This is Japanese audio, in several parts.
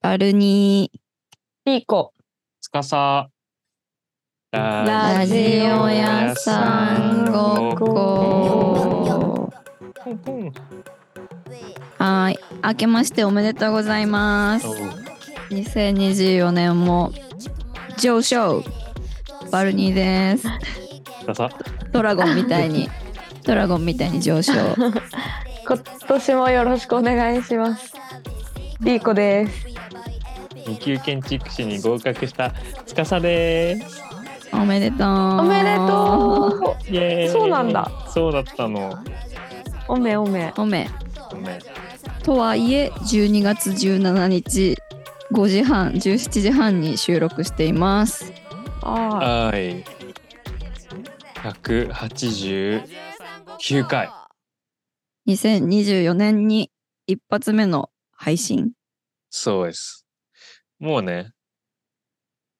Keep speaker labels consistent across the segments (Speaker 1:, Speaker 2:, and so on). Speaker 1: バルニ
Speaker 2: ピーコ。
Speaker 3: つかさ、
Speaker 1: ーラジオ屋さんごっこはい明けましておめでとうございます2024年も上昇バルニーです
Speaker 3: つかさ、
Speaker 1: ドラゴンみたいにドラゴンみたいに上昇
Speaker 2: 今年もよろしくお願いします。ピーコです。
Speaker 3: 二級建築士に合格したつかさです。
Speaker 1: おめでとうお
Speaker 2: おめでと
Speaker 3: イエーイ
Speaker 2: そうなんだ。
Speaker 3: そうだったの。
Speaker 2: う。おめおめ。
Speaker 1: うおめ
Speaker 3: ごめん
Speaker 1: とはいえ12月17日5時半17時半に収録しています
Speaker 2: あ
Speaker 3: はい。百八十九回。
Speaker 1: 2024年に一発目の配信
Speaker 3: そうです。もうね、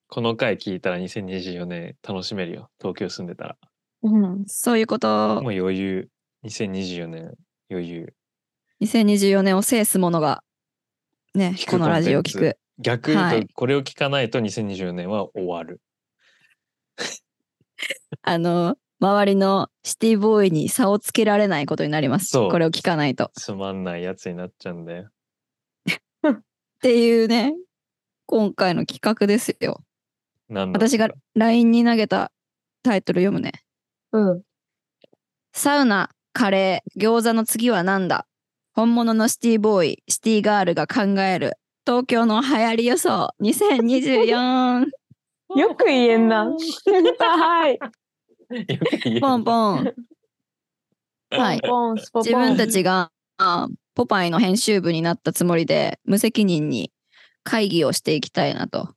Speaker 3: この回聞いたら2024年楽しめるよ。東京住んでたら。
Speaker 2: あ。うん。
Speaker 1: そういうこ
Speaker 3: もう
Speaker 1: と
Speaker 3: 余裕。2024年余裕。
Speaker 1: 2024年を制すものがね
Speaker 3: 聞く
Speaker 1: このラジオを
Speaker 3: コ
Speaker 1: 聞
Speaker 3: ンテンツ
Speaker 1: く
Speaker 3: 逆に
Speaker 1: は
Speaker 3: 言う
Speaker 1: い
Speaker 3: とこれを聞かないと2024年は終わる。
Speaker 1: あの周りのシティボーイに差をつけられないことになります
Speaker 3: そう
Speaker 1: これを聞かないとっ
Speaker 3: つまんないやつになっちゃうんだよ。
Speaker 1: ていうね今回の企画ですよ
Speaker 3: なんだ
Speaker 1: 私が LINE に投げたタイトル読むね
Speaker 2: うん。
Speaker 1: サウナ、カレー、餃子の次は何だ本物のシティボーイ、シティガールが考える東京の流行り予想2024
Speaker 2: よく言えんな。はい。
Speaker 3: よく言える
Speaker 1: ポンポン。はい。
Speaker 2: ポンスポポン。
Speaker 1: 自分たちがあポパイの編集部になったつもりで無責任に会議をしていきたいなと、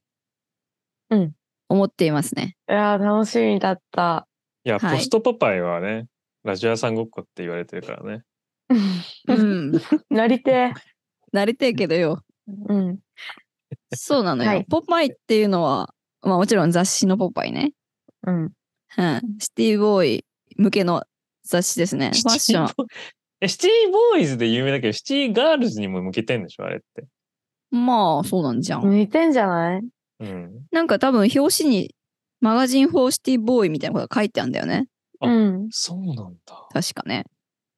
Speaker 2: うん
Speaker 1: 思っていますね。
Speaker 2: いやー楽しみだった。
Speaker 3: いや、
Speaker 1: はい
Speaker 3: ポストパパイはね、ラジオ屋さんごっこって言われてるからね。
Speaker 1: うん。
Speaker 2: なりて
Speaker 1: 慣れてえけどよ。
Speaker 2: え。うん。
Speaker 1: そうなのよ。
Speaker 2: はい
Speaker 1: ポパイっていうのは、まあもちろん雑誌のポパイね。
Speaker 2: うん。
Speaker 1: うん、シティボーイ向けの雑誌ですね。ファッション
Speaker 3: シ。ティボーイ え、シティボーイズで有名だけど、シティガールズにも向けてんでしょ、あれって。
Speaker 1: まあ、そうなんじゃん。
Speaker 2: 向いてんじゃない
Speaker 3: うん。
Speaker 1: なんか多分表紙にマガジン・フォー・シティ・ボーイみたいなことが書いてあるんだよね。
Speaker 3: あ
Speaker 2: うん。
Speaker 3: そうなんだ。
Speaker 1: 確かね。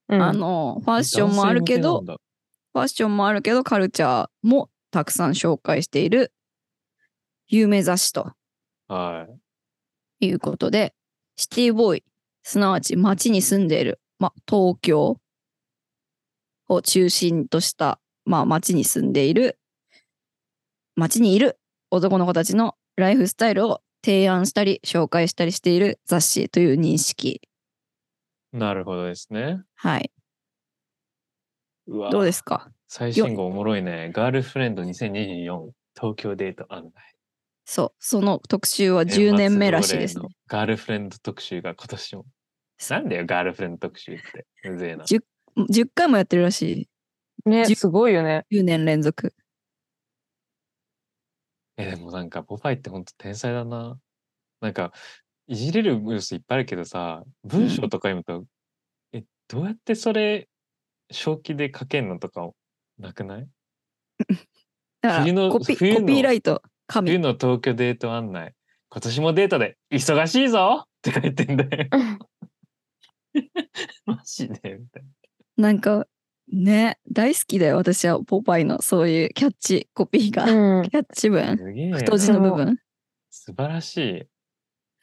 Speaker 2: うん
Speaker 1: あの、ファッションもあるけど
Speaker 3: 男性向け、なんだ。
Speaker 1: ファッションもあるけど、カルチャーもたくさん紹介している有名雑誌と
Speaker 3: はい。
Speaker 1: いうことで、シティボーイ、すなわち街に住んでいる、まあ、東京を中心とした、まあ、街に住んでいる、街にいる男の子たちのライフスタイルを提案したり、紹介したりしている雑誌という認識。
Speaker 3: なるほどですね。
Speaker 1: はい。
Speaker 3: うわ
Speaker 1: どうですか
Speaker 3: 最新号おもろいね。ガールフレンド2024東京デート案内。
Speaker 1: そう。その特集は10年目らしいですね。。
Speaker 3: ガールフレンド特集が今年も。なんだよ、ガールフレンド特集って。うぜえな。
Speaker 1: じ10回もやってるらし
Speaker 2: ね、
Speaker 1: じ
Speaker 2: すごいよね。
Speaker 1: い。10年連続。
Speaker 3: え、でもなんか、ポパイってほんと天才だな。なんか、いじれる要素いっぱいあるけどさ、文章とか読むと、え、どうやってそれ、正気で書けんのとか、なくない
Speaker 1: だから
Speaker 3: 冬の
Speaker 1: コピ
Speaker 3: 冬の
Speaker 1: コピーライト、
Speaker 3: 冬
Speaker 1: 神。
Speaker 3: の東京デート案内。今年もデートで、忙しいぞって書いてんだよ。マジでみたいな。
Speaker 1: なんか、ね、大好きだよ。私はポパイのそういうキャッチコピーが。
Speaker 2: うん。
Speaker 1: キャッチ文。
Speaker 3: すげえな。
Speaker 1: 太字の部分。
Speaker 3: 素晴らしい。
Speaker 1: う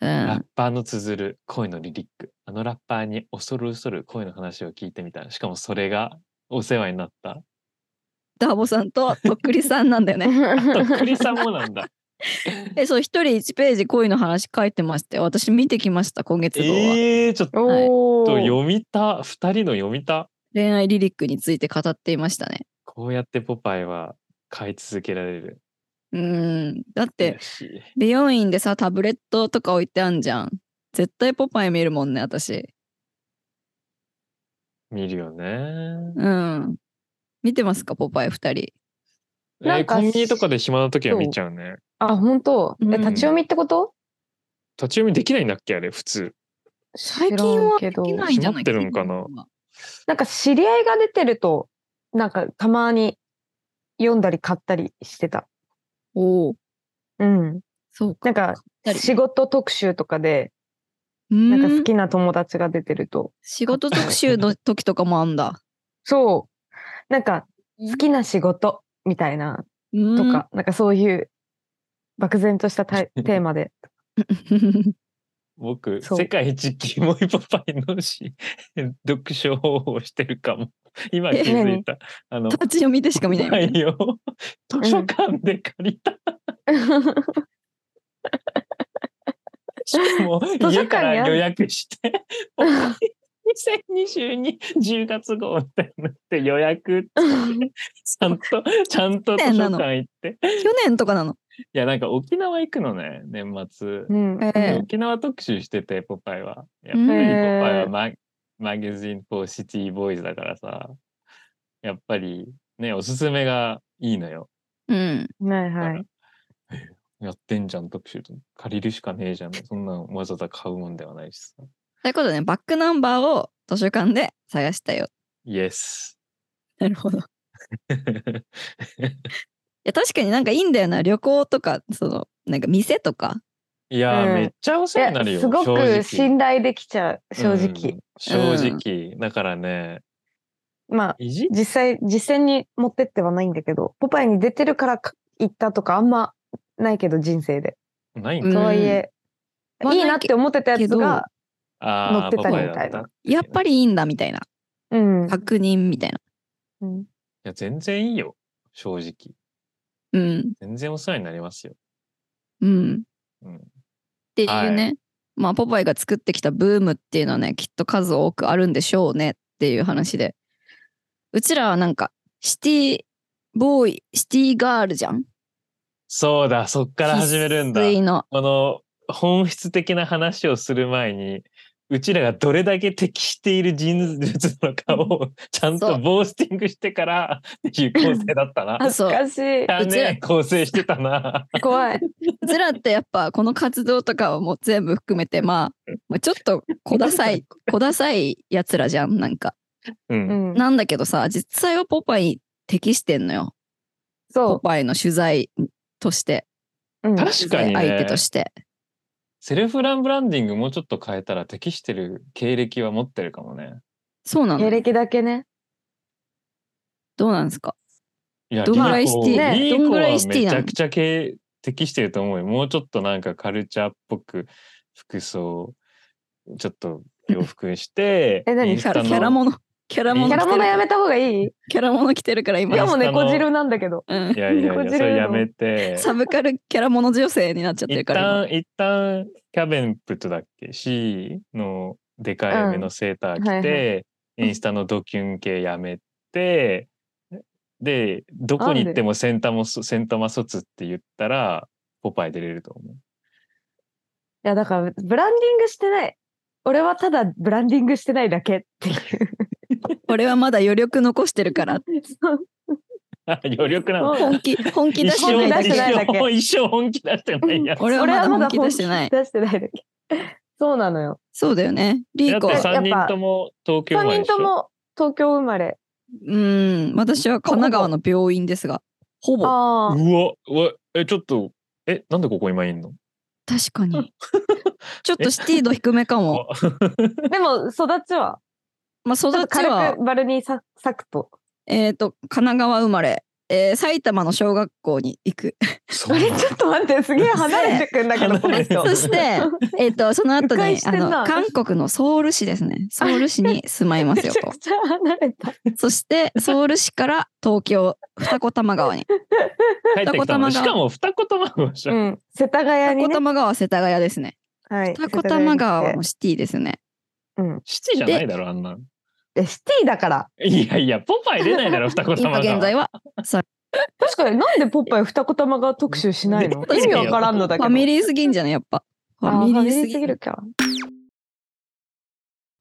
Speaker 3: ラ
Speaker 1: ん
Speaker 3: ッ。パーの綴る恋のリリック。あのラッパーに恐る恐る恋の話を聞いてみた。しかもそれがお世話になった。
Speaker 1: ダーボさんととっくりさんなんだ よね。
Speaker 3: とっくりさんもなんだ。
Speaker 1: え、そう、一人一ページ恋の話書いてましたよ。私見てきました、今月号は。
Speaker 3: ええー、ちょっと
Speaker 2: おお。
Speaker 3: 読みた。二人の読みた。
Speaker 1: 恋愛リリックについて語っていましたね。
Speaker 3: こうやってポパイは買い続けられる。
Speaker 1: うん。だって、
Speaker 3: 嬉しい、
Speaker 1: 美容院でさ、タブレットとか置いてあんじゃん。絶対ポパイ見るもんね、私。
Speaker 3: 見るよね。
Speaker 1: うん。見てますか、ポパイ二人。
Speaker 3: え
Speaker 2: なん
Speaker 3: ー
Speaker 2: か
Speaker 3: コンビニとかで暇な時は見ちゃうね。
Speaker 2: あ、本当。え、
Speaker 1: うん
Speaker 2: 立ち読みってこと
Speaker 3: 立ち読みできないんだっけあれ、普通。
Speaker 1: 最近は
Speaker 2: 知らんけ
Speaker 1: で
Speaker 2: ど
Speaker 1: きないんじゃない
Speaker 3: 閉まってるんかな
Speaker 1: 基本は
Speaker 2: なんか知り合いが出てると、なんかたまに読んだり買ったりしてた。
Speaker 1: おお、
Speaker 2: うん。
Speaker 1: そうか。
Speaker 2: なんか
Speaker 1: 二、人
Speaker 2: 仕事特集とかで、
Speaker 1: な
Speaker 2: なんか好きな友達が出てると、
Speaker 1: 仕事特集の時とかもあんだ。
Speaker 2: そう、なんか、好きな仕事みたいなと
Speaker 1: と。
Speaker 2: か、なんかそういう、漠然としたタイテーマで。
Speaker 3: 僕、
Speaker 2: そう
Speaker 3: 世界一キモいパパにのし、 読書方法をしてるかも。今気
Speaker 1: え
Speaker 3: づいた。あの、
Speaker 1: 立ち読みでしか見ないみたいな。
Speaker 3: 内容 を図書館で借りた。しかも、
Speaker 2: 書館にある
Speaker 3: 家から予約して、2022、10月号みたいになって予約ってちゃ んと、ちゃんと図書館行って。い
Speaker 1: 去年とかなの。
Speaker 3: や、なんか沖縄行くのね、年末。
Speaker 2: うん。
Speaker 1: ええ
Speaker 3: 沖縄特集してて、ポパイは。やっぱ
Speaker 1: う
Speaker 3: り
Speaker 1: ん
Speaker 3: ポパ
Speaker 2: へ
Speaker 3: イ
Speaker 2: え
Speaker 3: はママガジン・フォー・シティ・ボーイズだからさ、やっぱりね、おすすめがいいのよ。
Speaker 1: うん。
Speaker 2: はいはい。
Speaker 3: やってんじゃん、特集と。借りるしかねえじゃん。そんなんわざわざ買うもんではないしさ。
Speaker 1: ということでね、バックナンバーを図書館で探したよ。
Speaker 3: イ エス。
Speaker 1: なるほど。いや、確かになんかいいんだよな。旅行とか、その、なんか店とか。
Speaker 3: いやー、
Speaker 2: うん
Speaker 3: めっちゃお
Speaker 2: い
Speaker 3: 世話になる
Speaker 2: や、
Speaker 3: よ。
Speaker 2: すご
Speaker 3: 正直
Speaker 2: く信頼できちゃう、正直。。
Speaker 3: うん正直。だからね、
Speaker 2: まあ、
Speaker 3: いじ
Speaker 2: 実際、実践に持ってってはないんだけど、ポパイに出てるからか行ったとかあんまないけど、人生で。
Speaker 3: ないん
Speaker 1: う
Speaker 3: だ
Speaker 1: ん
Speaker 2: とはいえ、
Speaker 1: まあ
Speaker 2: いいなって思ってたやつが、
Speaker 3: あー
Speaker 2: 乗ってたり
Speaker 3: パパイだ
Speaker 2: みたいな
Speaker 3: っ
Speaker 1: やっぱ
Speaker 3: り。
Speaker 1: りいいんだみたいな。
Speaker 2: うん。
Speaker 1: 確認みたいな。
Speaker 2: うん
Speaker 3: いや、全然いいよ。正直。
Speaker 1: うん。
Speaker 3: 全然お世話になりますよ。
Speaker 1: うん。
Speaker 3: うん
Speaker 1: っていうね、まあポパイが作ってきたブームっていうのはねきっと数多くあるんでしょうねっていう話でうちらはなんかシティボーイシティガールじゃん
Speaker 3: そうだ、そっから始めるんだ。
Speaker 1: 必須の
Speaker 3: この本質的な話をする前に、うちらがどれだけ適している人物なのかをちゃん
Speaker 1: そ
Speaker 3: と
Speaker 1: う
Speaker 3: ボースティングしてからっていう構成だっ たな。
Speaker 1: あ
Speaker 2: 恥
Speaker 1: そう
Speaker 2: ずかしい。
Speaker 3: だ
Speaker 1: うちら
Speaker 3: ね、構成してたな。
Speaker 2: 怖い。
Speaker 1: うちらってやっぱこの活動とかをもう全部含めてまあ、まあ、ちょっと小だ さい小ださいやつらじゃんなんか
Speaker 3: う。
Speaker 2: うんん。
Speaker 1: なんだけどさ実際はポパイに適してんのよポ
Speaker 2: そ
Speaker 1: パイの取材として
Speaker 2: う。うん
Speaker 3: 確かに
Speaker 1: 取材相手
Speaker 3: ね
Speaker 1: と、して
Speaker 3: セルフランブランディングもうちょっと変えたら適してる経歴は持ってるかもね。
Speaker 1: そうな
Speaker 2: 経
Speaker 1: の
Speaker 2: 歴だけね。
Speaker 1: どうなんですか
Speaker 3: いや、
Speaker 1: どんぐらい
Speaker 3: リーコ
Speaker 1: シティ
Speaker 3: リー
Speaker 1: どんぐらいシ
Speaker 3: コ
Speaker 1: ティ
Speaker 3: はめ
Speaker 1: な
Speaker 3: ち
Speaker 1: の
Speaker 3: ゃくちゃ経適してると思うよ。もうちょっとなんかカルチャーっぽく服装、ちょっと洋 服して、
Speaker 2: え何
Speaker 3: インス
Speaker 1: キャ
Speaker 3: タ
Speaker 1: ラ
Speaker 3: の
Speaker 1: キャラものキャラ
Speaker 3: う
Speaker 1: も
Speaker 3: ん
Speaker 1: の
Speaker 2: キャラものやめた方がいい
Speaker 1: キャラもの着てるから今
Speaker 2: 今も
Speaker 3: インスタの
Speaker 2: 猫汁なんだけど。
Speaker 1: うん
Speaker 3: いやいやい
Speaker 2: こ
Speaker 3: や、
Speaker 2: じ
Speaker 3: そ
Speaker 2: れるの
Speaker 3: れやめて。
Speaker 1: サブカルキャラもの女性になっちゃって
Speaker 3: 一
Speaker 1: るから
Speaker 3: 旦、一旦、キャベンプットだっけ ?C のでかい目のセーター着て、
Speaker 2: うんはい
Speaker 3: インスタのドキュン系やめて、で、どこに行ってもセンタマソ、センタマ卒って言ったら、ポパイ出れると思う。
Speaker 2: いや、だから、ブランディングしてない。俺はただブランディングしてないだけっていう。
Speaker 1: 今俺はまだ余力残してるから
Speaker 2: そう
Speaker 3: あ余力なの。
Speaker 1: 本気本気出
Speaker 3: 一
Speaker 1: してない
Speaker 3: 生、
Speaker 1: だ
Speaker 2: 本気出してない
Speaker 1: け
Speaker 2: だけ
Speaker 3: 一生、一生本気出してないやつ。
Speaker 1: 俺はまだ本気出してない
Speaker 2: 俺はまだ本気出してないだけ。そうなのよ。
Speaker 1: そうだよねリーコ
Speaker 3: だって
Speaker 2: さ
Speaker 3: 3人とも東京生ま
Speaker 2: 3
Speaker 3: れでし
Speaker 2: 人
Speaker 3: ょ
Speaker 2: とも東京生まれ。
Speaker 1: うん私は神奈川の病院ですがほぼ
Speaker 2: ああ。
Speaker 3: うわ、うわ、え、ちょっと、え、なんでここ今いんの
Speaker 1: 確か にちょっとシティ度低めかも
Speaker 2: でも、育ちは。
Speaker 1: まあ育
Speaker 2: ちょっと
Speaker 1: ちは
Speaker 2: 軽くバルニーササクと。
Speaker 1: えっと神奈川生まれえー埼玉の小学校に行 く
Speaker 3: そ
Speaker 2: あ
Speaker 3: う
Speaker 2: れ、
Speaker 3: な
Speaker 2: ち
Speaker 3: の
Speaker 2: ょっと待って、すげえ離れてくんだけど、この人。
Speaker 1: そしてえっとその後
Speaker 2: 迂回
Speaker 1: に
Speaker 2: して
Speaker 1: あ
Speaker 2: ん
Speaker 1: の
Speaker 2: な
Speaker 1: 韓国のソウル市ですねソウル市に住まいます
Speaker 2: め
Speaker 1: よ
Speaker 2: ち
Speaker 1: と
Speaker 2: ゃくちゃ離れた。
Speaker 1: そしてソウル市から東京二子玉 川に。
Speaker 3: 帰ってきたの。しかも二子玉川じゃん
Speaker 2: うん。世田
Speaker 1: 二
Speaker 2: 谷に
Speaker 1: 子
Speaker 2: ね。
Speaker 1: 玉川は世田谷ですね。
Speaker 2: はい。
Speaker 1: 二子玉川はもう
Speaker 2: 世
Speaker 1: シティですね。
Speaker 2: 田谷に来てうん。
Speaker 3: シティじゃないだろ、あんなの。
Speaker 2: え、シティだから。
Speaker 3: いやいや、ポパイ出な いだろ、二子
Speaker 1: 今
Speaker 3: 玉川。
Speaker 1: 現在は
Speaker 2: 確かになんでポッパイ二子玉川特集しないの
Speaker 3: うん
Speaker 2: 意味わからんの
Speaker 1: フ
Speaker 2: だけど。
Speaker 1: ァミリーすぎんじゃないやっぱ。ファ
Speaker 2: あー
Speaker 1: ミ
Speaker 2: ファミ
Speaker 1: リー
Speaker 2: リ
Speaker 1: す
Speaker 2: ーす
Speaker 1: ぎ
Speaker 2: ぎる
Speaker 1: る。
Speaker 2: か。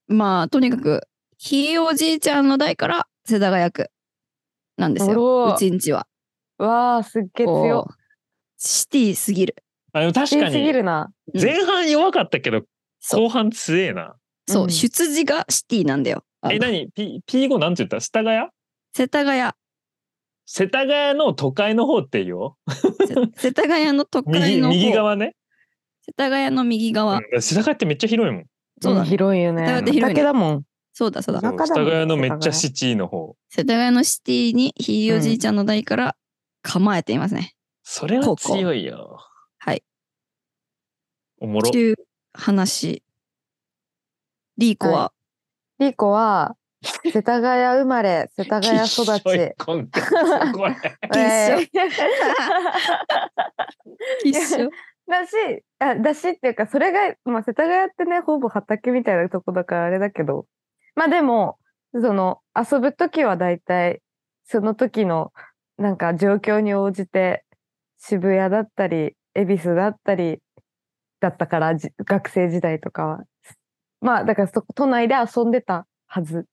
Speaker 1: まあとにかくひいおじいちゃんの代から世田谷区なんですよ。
Speaker 2: おろ
Speaker 1: うちんちは。
Speaker 2: わあ、すっげえ強
Speaker 1: こ。うシティすぎる。
Speaker 3: あでも確
Speaker 2: 強
Speaker 3: か
Speaker 2: すぎ
Speaker 3: に、
Speaker 2: るな。
Speaker 1: うん
Speaker 3: 前半弱かったけど、
Speaker 1: そう
Speaker 3: 後半強えな。
Speaker 1: そう、
Speaker 2: うん
Speaker 1: 出自がシティなんだよ。あの
Speaker 3: え、何 ?P、P5 なんて言ったスタガヤ
Speaker 1: 世田谷。
Speaker 3: 世田谷の都会の方って言うよ。
Speaker 1: せ世 田谷の都会
Speaker 3: 右
Speaker 1: の方
Speaker 3: 右側ね、
Speaker 1: 世田谷の右側、
Speaker 3: うん世田谷ってめっちゃ広いもん。
Speaker 1: そうだね
Speaker 2: 広いよね。
Speaker 1: だいぶ広いね
Speaker 2: 畑だもん。
Speaker 1: そうだそうだ
Speaker 3: そ
Speaker 2: 田
Speaker 3: う
Speaker 2: 舎
Speaker 3: 世
Speaker 2: だもん
Speaker 3: 田谷のめっ
Speaker 2: 世田
Speaker 3: ちゃ
Speaker 2: 谷
Speaker 3: シティの方。
Speaker 1: 世田谷のシティにひいおじいちゃんの代から構えていますね、
Speaker 3: それは強いよ。
Speaker 1: はい
Speaker 3: おもろ
Speaker 1: って。いう話リーコは、
Speaker 2: リーコは、世田谷生まれ、世田谷
Speaker 3: きっしょい
Speaker 2: 育ち。
Speaker 3: コンテンツこ れ
Speaker 1: きっしょ
Speaker 2: えー
Speaker 1: 一緒
Speaker 2: だし、あだしっていうか、それが、まあ、世田谷ってね、ほぼ畑みたいなとこだからあれだけど、まあでも、その、遊ぶときは大体、その時の、なんか状況に応じて、渋谷だったり、恵比寿だったり、だったから、じ学生時代とかは。まあ、だからそ、都内で遊んでたはず。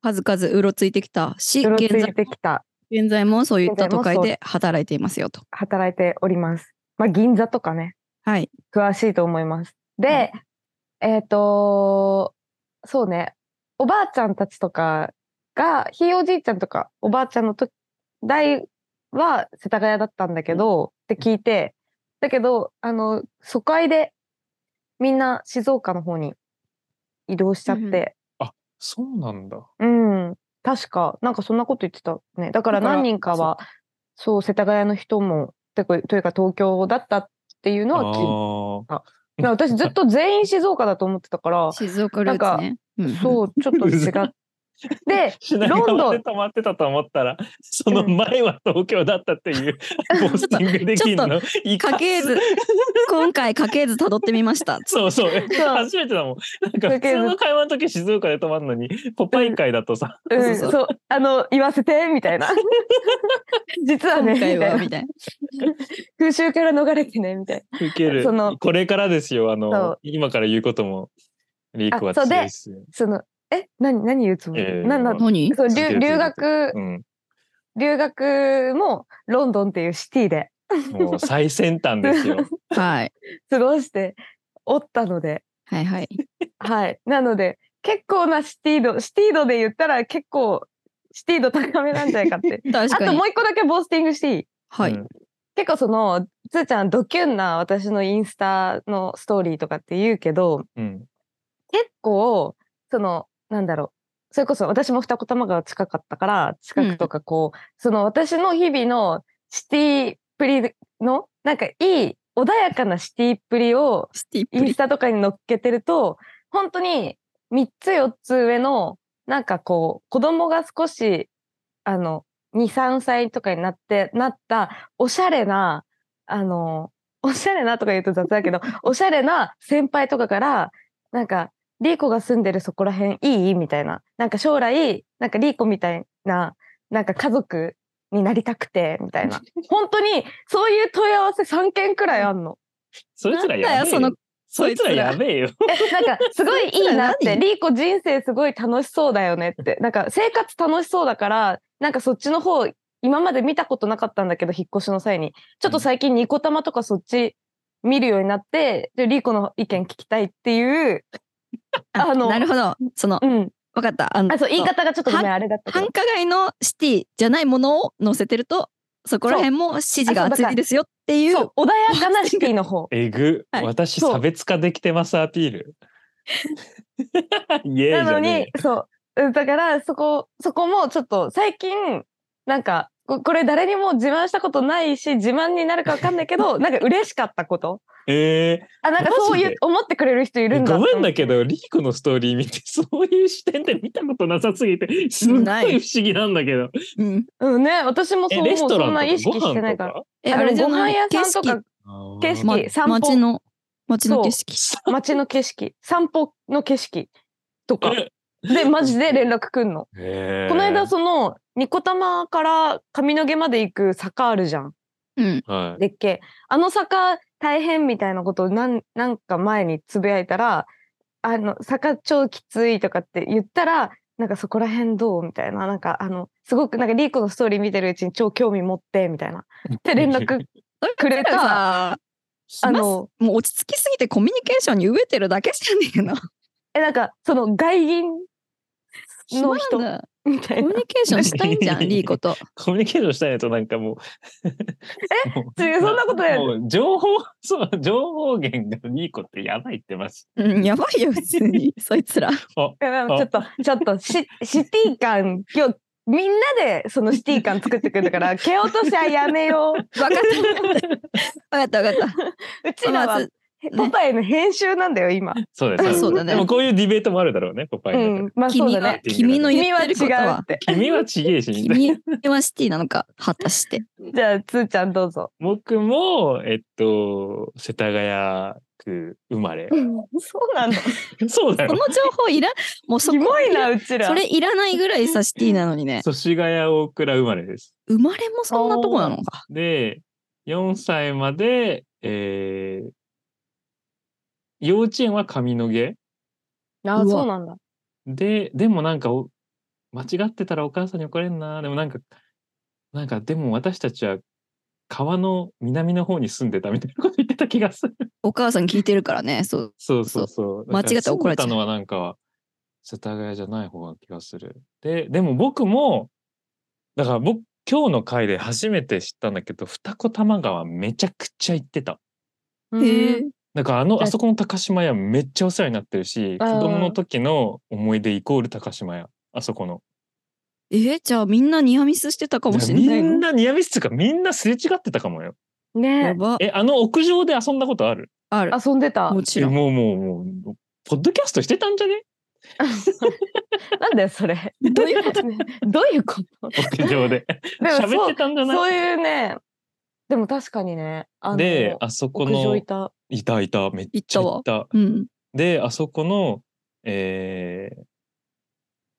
Speaker 1: 数々うろついてきたし
Speaker 2: うろつ
Speaker 1: 現在
Speaker 2: いてきた、
Speaker 1: 現在もそういった都会
Speaker 2: 現在もそう
Speaker 1: で働いていますよと
Speaker 2: 働いております。まあ、銀座とかね。
Speaker 1: はい
Speaker 2: 詳しいと思います。で、えっ、とそうね、おばあちゃんたちとかが、ひいおじいちゃんとか、おばあちゃんのと代は世田谷だったんだけど、って聞いて、だけど、あの、疎開で、みんな静岡の方に移動しちゃって、
Speaker 3: そうなんだ。
Speaker 2: うん、確か、なんかそんなこと言ってたね。だから
Speaker 1: だから
Speaker 2: 何人かは、そう、世田谷の人も、てかというか東京だったっていうのは聞いて
Speaker 3: あ
Speaker 2: だから私ずっと全員静岡だと思ってたから、
Speaker 1: 静岡ルーツねうん
Speaker 2: そう、ちょっと違 って。で、
Speaker 3: ー
Speaker 2: ロンド
Speaker 3: で
Speaker 2: ン、
Speaker 3: 止まってたと思ったら、その前は東京だったっていう、ボスティングできんの。いか
Speaker 1: 家系図今回家系図辿ってみました
Speaker 3: そうそう。
Speaker 2: そう
Speaker 3: 初めてだもん。なんか普通の会話の時静岡で止まるのに、ポパイ会だとさ、
Speaker 2: う、
Speaker 1: そうんそう
Speaker 2: そう、あの、言わせて、みた いな。実は
Speaker 1: 今
Speaker 2: ね、みた
Speaker 1: 回
Speaker 2: い
Speaker 1: は
Speaker 2: な
Speaker 1: み。たいな
Speaker 2: 空襲から逃れてね、みたい
Speaker 3: 受ける
Speaker 2: その。
Speaker 3: これからですよ。あ
Speaker 2: そ
Speaker 3: の
Speaker 2: う、
Speaker 3: 今から言うことも、リークは
Speaker 2: あそうで
Speaker 3: 強いっすよ。
Speaker 2: な。その、え、何、何言うつもり
Speaker 3: いやいやいや
Speaker 2: なんだ
Speaker 1: 何
Speaker 2: そう
Speaker 3: 続
Speaker 2: 留
Speaker 3: ける
Speaker 2: 留学、
Speaker 3: うん。
Speaker 2: 留学もロンドンっていうシティで
Speaker 3: もう最先端ですよ。
Speaker 1: はい
Speaker 2: 過ごしておったので、
Speaker 1: はいはい
Speaker 2: はい。なので、結構なシティ度、シティ度で言ったら結構、シティ度高めなんじゃないか って。
Speaker 1: 確
Speaker 2: あ
Speaker 1: か
Speaker 2: と
Speaker 1: に
Speaker 2: もう一個だけボースティングしていい
Speaker 1: はい、
Speaker 3: うん
Speaker 2: 結構そのつーちゃんドキュンな私のインスタのストーリーとかって言うけど
Speaker 3: うん。
Speaker 2: 結構そのなんだろうそれこそ私も二子玉川近かったから近くとかこう、その私の日々のシティっぷりのなんかいい穏やかなシティっぷりを
Speaker 1: シティ
Speaker 2: イ
Speaker 1: プ
Speaker 2: ン
Speaker 1: リ
Speaker 2: スタとかに載っけてると本当に3つ4つ上のなんかこう子供が少しあの23歳とかになってなったおしゃれなあのおしゃれなとか言うと雑だ けどおしゃれな先輩とかからなんかリーコが住んでるそこら辺いいみたいななんか将来なんかリーコみたいななんか家族になりたくてみ たいな本当にそういう問い合わせ3件くらいあんの。
Speaker 3: そいつら
Speaker 1: なんだよ
Speaker 3: やべえ
Speaker 1: その
Speaker 3: よ。そいつらやべえよ。
Speaker 2: え なんかすごいいいなっ
Speaker 1: それ何
Speaker 2: てリーコ人生すごい楽しそうだよねってなんか生活楽しそうだからなんかそっちの方今まで見たことなかったんだけど引っ越しの際にちょっと最近ニコタマとかそっち見るようになってでリーコの意見聞きたいっていう、
Speaker 1: あ
Speaker 2: あの
Speaker 1: なるほどその
Speaker 2: うん、
Speaker 1: わかったあの
Speaker 2: あそう言い方がちょっとごめん
Speaker 1: は
Speaker 2: あれだったけ
Speaker 1: 繁
Speaker 2: ど
Speaker 1: 華街のシティじゃないものを載せてるとそこら辺も支持が
Speaker 2: そうあ
Speaker 1: 厚
Speaker 2: そうだ
Speaker 1: いですよっていう
Speaker 2: そう穏やかなシティの方
Speaker 3: えぐ、
Speaker 1: はい
Speaker 3: 私
Speaker 2: そう
Speaker 3: 差別化できてますアピール。 イエー
Speaker 2: な
Speaker 3: イじ
Speaker 2: の
Speaker 3: ゃねえよ
Speaker 2: にそううんだからそこそこもちょっと最近なんかここれ誰にも自慢したことないし自慢になるかわかんない けどなんか嬉しかったこと
Speaker 3: え
Speaker 2: あ、なんかそうい
Speaker 3: マジ
Speaker 2: う
Speaker 3: で、
Speaker 2: 思ってくれる人い
Speaker 3: ー
Speaker 2: るんだと
Speaker 3: ご
Speaker 2: 思って。
Speaker 3: めんだけどリーコのストーリー見てそういう視点で見たことなさすぎてすっごい不
Speaker 1: ない
Speaker 3: 思議なんだけど
Speaker 1: うん、
Speaker 2: うんね、私も
Speaker 3: え
Speaker 2: そう思
Speaker 3: レ
Speaker 2: う。
Speaker 3: ストラ
Speaker 2: そんな意
Speaker 3: ンと
Speaker 2: 識
Speaker 3: かご
Speaker 2: してな
Speaker 3: 飯
Speaker 2: い
Speaker 3: と
Speaker 2: から。
Speaker 3: か
Speaker 1: え
Speaker 2: あ
Speaker 1: あ
Speaker 2: で
Speaker 1: れ
Speaker 2: も
Speaker 1: じゃ
Speaker 2: ご
Speaker 1: な
Speaker 2: 飯
Speaker 1: い
Speaker 2: 屋さんとか景色
Speaker 1: ま
Speaker 2: 散歩
Speaker 1: 街の街の景色
Speaker 2: 街の景色、散歩の景色とか。
Speaker 3: え
Speaker 2: で、マジで連絡くんの。
Speaker 3: えー
Speaker 2: この間、その、ニコ玉から上野毛まで行く坂あるじゃん。
Speaker 1: うん
Speaker 3: はい
Speaker 2: でっけえ。あの坂大変みたいなことをなんなんか前につぶやいたら、あの、坂超きついとかって言ったら、なんかそこら辺どうみたいな。なんかあの、すごくなんかリーコのストーリー見てるうちに超興味持って、みたいな。って連絡くれた。
Speaker 1: さ
Speaker 2: あ
Speaker 1: ま
Speaker 2: の、
Speaker 1: もう落ち着きすぎてコミュニケーションに飢えてるだけじゃねえの
Speaker 2: え、なんか、その外銀の
Speaker 1: 暇
Speaker 2: 人
Speaker 1: なんだ
Speaker 2: みたい
Speaker 1: コ
Speaker 2: な
Speaker 1: ミュ。ニケーションしたいんじ ゃん、リーコと。
Speaker 3: コミュニケーションしたいのとなんかもう。
Speaker 2: 違うそんなことない
Speaker 3: もう情報、 そう、情報源がニーコってやばいってます。
Speaker 1: うん、やばいよ、普通 に、そいつら。
Speaker 2: いやでもちょっと、ちょっとシ、シティ感、今日、みんなでそのシティ感作ってくれたから、蹴落としはやめよう。
Speaker 1: わかった。 わかった、わかっ
Speaker 2: うち
Speaker 1: た。
Speaker 2: ら
Speaker 1: まあ
Speaker 2: は、ポパイの編集なんだよ、今。
Speaker 3: そうです。
Speaker 1: そうだね
Speaker 3: でもこういうディベートもあるだろうね、ポパイ
Speaker 2: う
Speaker 3: の中で。
Speaker 2: ん、まあそう
Speaker 1: 君
Speaker 2: だ
Speaker 1: は
Speaker 2: ね。
Speaker 1: 君の
Speaker 2: 君
Speaker 1: 言っ
Speaker 2: は
Speaker 1: て
Speaker 2: 違
Speaker 1: ること
Speaker 2: うっ
Speaker 1: は
Speaker 2: て。
Speaker 3: 君はちげえし、みたいな。
Speaker 1: 君はシティなのか果たして
Speaker 2: じゃあ、つーちゃんどうぞ。
Speaker 3: 僕も、えっと、世田谷区生ま れ。
Speaker 2: そうなの。
Speaker 3: そうだ
Speaker 1: こ
Speaker 3: よ
Speaker 1: の。情報いらもうそ
Speaker 2: キ
Speaker 1: こ
Speaker 2: モいな、うちら。
Speaker 1: それいらないぐらいさシティなのにね
Speaker 3: 祖師ヶ谷大倉生まれです。
Speaker 1: 生まれもそんなとこなのか
Speaker 3: で、4歳まで、えー、幼稚園は上野毛
Speaker 2: あ、
Speaker 1: うわ
Speaker 2: そうなんだ。
Speaker 3: で、でもなんかお、間違ってたらお母さんに怒られるな。でもなんか、なんか、でも私たちは川の南の方に住んでたみたいなこと言ってた気がする。
Speaker 1: お母さん聞いてるからねそう
Speaker 3: そうそうそう。
Speaker 1: 間違って怒られちゃう
Speaker 3: だから住んでたのはなんか、世田谷じゃない方な気がする。で、でも僕も、だから僕、今日の回で初めて知ったんだけど、二子玉川めちゃくちゃ行ってた。
Speaker 1: へえ
Speaker 3: だからあの、
Speaker 2: だ
Speaker 3: あそこの高島屋めっちゃお世話になってるし、
Speaker 2: あ
Speaker 3: 子
Speaker 2: ー
Speaker 3: 供の時の思い出イコール高島屋。あそこの。
Speaker 1: えーじゃあみんなニアミスしてたかもしれ
Speaker 3: い
Speaker 1: な
Speaker 3: や
Speaker 1: い
Speaker 3: みん
Speaker 1: の
Speaker 3: なニアミスっていうか、みんなすれ違ってたかもよ。
Speaker 2: うんね
Speaker 1: や
Speaker 2: え
Speaker 1: ば
Speaker 3: え、あの屋上で遊んだことある
Speaker 1: ある
Speaker 2: 遊んでた。
Speaker 1: もち
Speaker 3: え
Speaker 1: ろん
Speaker 3: もうもうもう、ポッドキャストしてたんじゃね
Speaker 2: なんだよ、それ。
Speaker 1: どういうこと
Speaker 2: どういうこと
Speaker 3: 屋 上で。
Speaker 2: でも
Speaker 3: 喋
Speaker 2: そ
Speaker 3: っ
Speaker 2: う
Speaker 3: てたんじゃない
Speaker 2: そういうね、でも確かにね、あの、
Speaker 3: で、あそこ
Speaker 2: 屋上
Speaker 3: の
Speaker 2: い、た。
Speaker 3: いたいた、めっちゃい。
Speaker 1: 行ったうん
Speaker 3: で、あそこの、え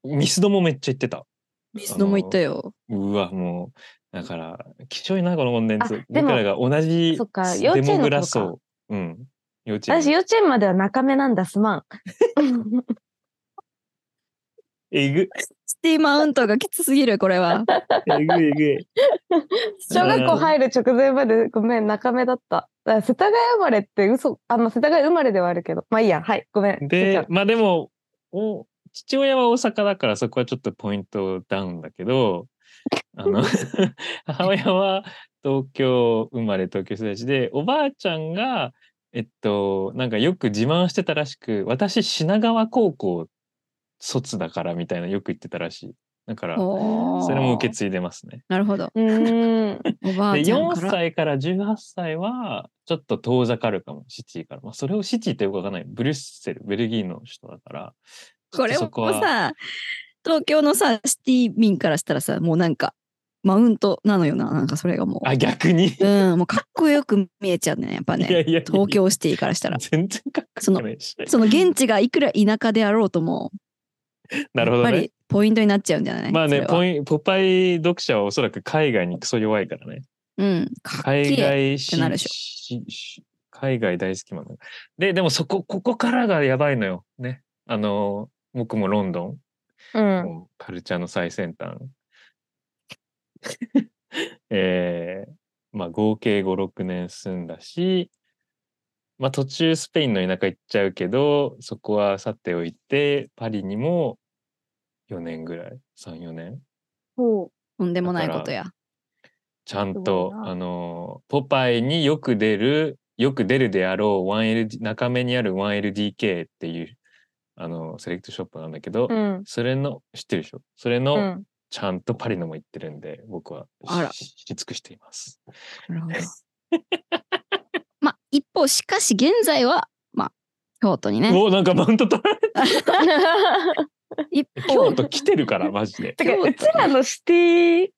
Speaker 3: ー、ミスドもめっちゃ行ってた。
Speaker 1: ミスドも行ったよ
Speaker 3: うわ、もう、だから、貴重いな、このコンテンツ
Speaker 2: あ。でも
Speaker 3: 僕らが同じ
Speaker 2: そっか幼稚
Speaker 3: デモ
Speaker 2: 園の頃か
Speaker 3: グラ層。うん。幼稚
Speaker 2: 私、
Speaker 3: 園。
Speaker 2: 幼稚園までは中目なんだ、す まん。
Speaker 3: えぐ、
Speaker 1: シティマウントがきつすぎるこれは
Speaker 3: えぐいえぐい。
Speaker 2: 小学校入る直前までごめん、中目だった。だから世田谷生まれって嘘、あ、まあ、世田谷生まれではあるけど。まあいいや、はい、ごめん。
Speaker 3: で、まあでも、お父親は大阪だからそこはちょっとポイントダウンだけど、あの、母親は東京生まれ東京育ちで、おばあちゃんが、えっと、なんかよく自慢してたらしく、私品川高校卒だからみたいなよく言ってたらしい。だから、
Speaker 1: そ
Speaker 3: それも受け継いでますね。
Speaker 1: なるほど
Speaker 2: うーん。
Speaker 1: おばあ
Speaker 3: で、
Speaker 1: ちゃん
Speaker 3: 4
Speaker 1: から
Speaker 3: 歳から18歳は、ちょっと遠ざかるかも、シティから。まあ、それをシティってよくわかんない。ブリュッセル、ベルギーの人だから。
Speaker 1: これ
Speaker 3: ちょ
Speaker 1: も
Speaker 3: っとそは
Speaker 1: さ東京のさシティ民からしたらさもうなんかマウントなのよななんかそれがもう
Speaker 3: あ、逆に。い
Speaker 1: うん、もうかっこよく見えちゃうね、やっぱ
Speaker 3: や
Speaker 1: ね。
Speaker 3: いや、
Speaker 1: 東京シティからしたら。
Speaker 3: 全然かっこよくないし。
Speaker 1: その現地がいくら田舎であろうとも、
Speaker 3: なるほ
Speaker 1: や
Speaker 3: ど
Speaker 1: っぱ
Speaker 3: ね。
Speaker 1: りポイントになっちゃうんじゃない
Speaker 3: まあね、ポ
Speaker 1: イン
Speaker 3: インポパイ読者はおそらく海外にクソ弱いからね。
Speaker 1: ト。うん。かっけ
Speaker 3: 海
Speaker 1: え
Speaker 3: 外
Speaker 1: ってなるでしょ
Speaker 3: しし海外大好きなの。で、でもそこ、ここからがやばいのよ。ね。あの、僕もロンドン、
Speaker 2: うん。
Speaker 3: カルチャーの最先端。 えーまあ合計5、6年住んだし、まあ途中スペインの田舎行っちゃうけど、そこはさておいて、パリにも4年ぐらい、3、4年。
Speaker 2: ほ
Speaker 1: とんでもないことや。
Speaker 3: ちゃん
Speaker 2: すご
Speaker 3: と
Speaker 2: い、な
Speaker 3: あの、ポパイによく出る、よく出るであろう 1L、中目にある 1LDK っていう、あの、セレクトショップなんだけど、
Speaker 2: う。うん。
Speaker 3: それの、知ってるでしょそれの、
Speaker 2: うん。
Speaker 3: ちゃんとパリのも行ってるんで、僕は
Speaker 1: あら
Speaker 3: し知り尽くしています。
Speaker 1: なるほど。 まあ、一方、しかし現在は、まあ、京都にね。
Speaker 3: おなんかマウント取られて
Speaker 1: 一
Speaker 3: 京
Speaker 1: 方、
Speaker 3: 都来てるから、マジで。
Speaker 2: てか、うちらのシティ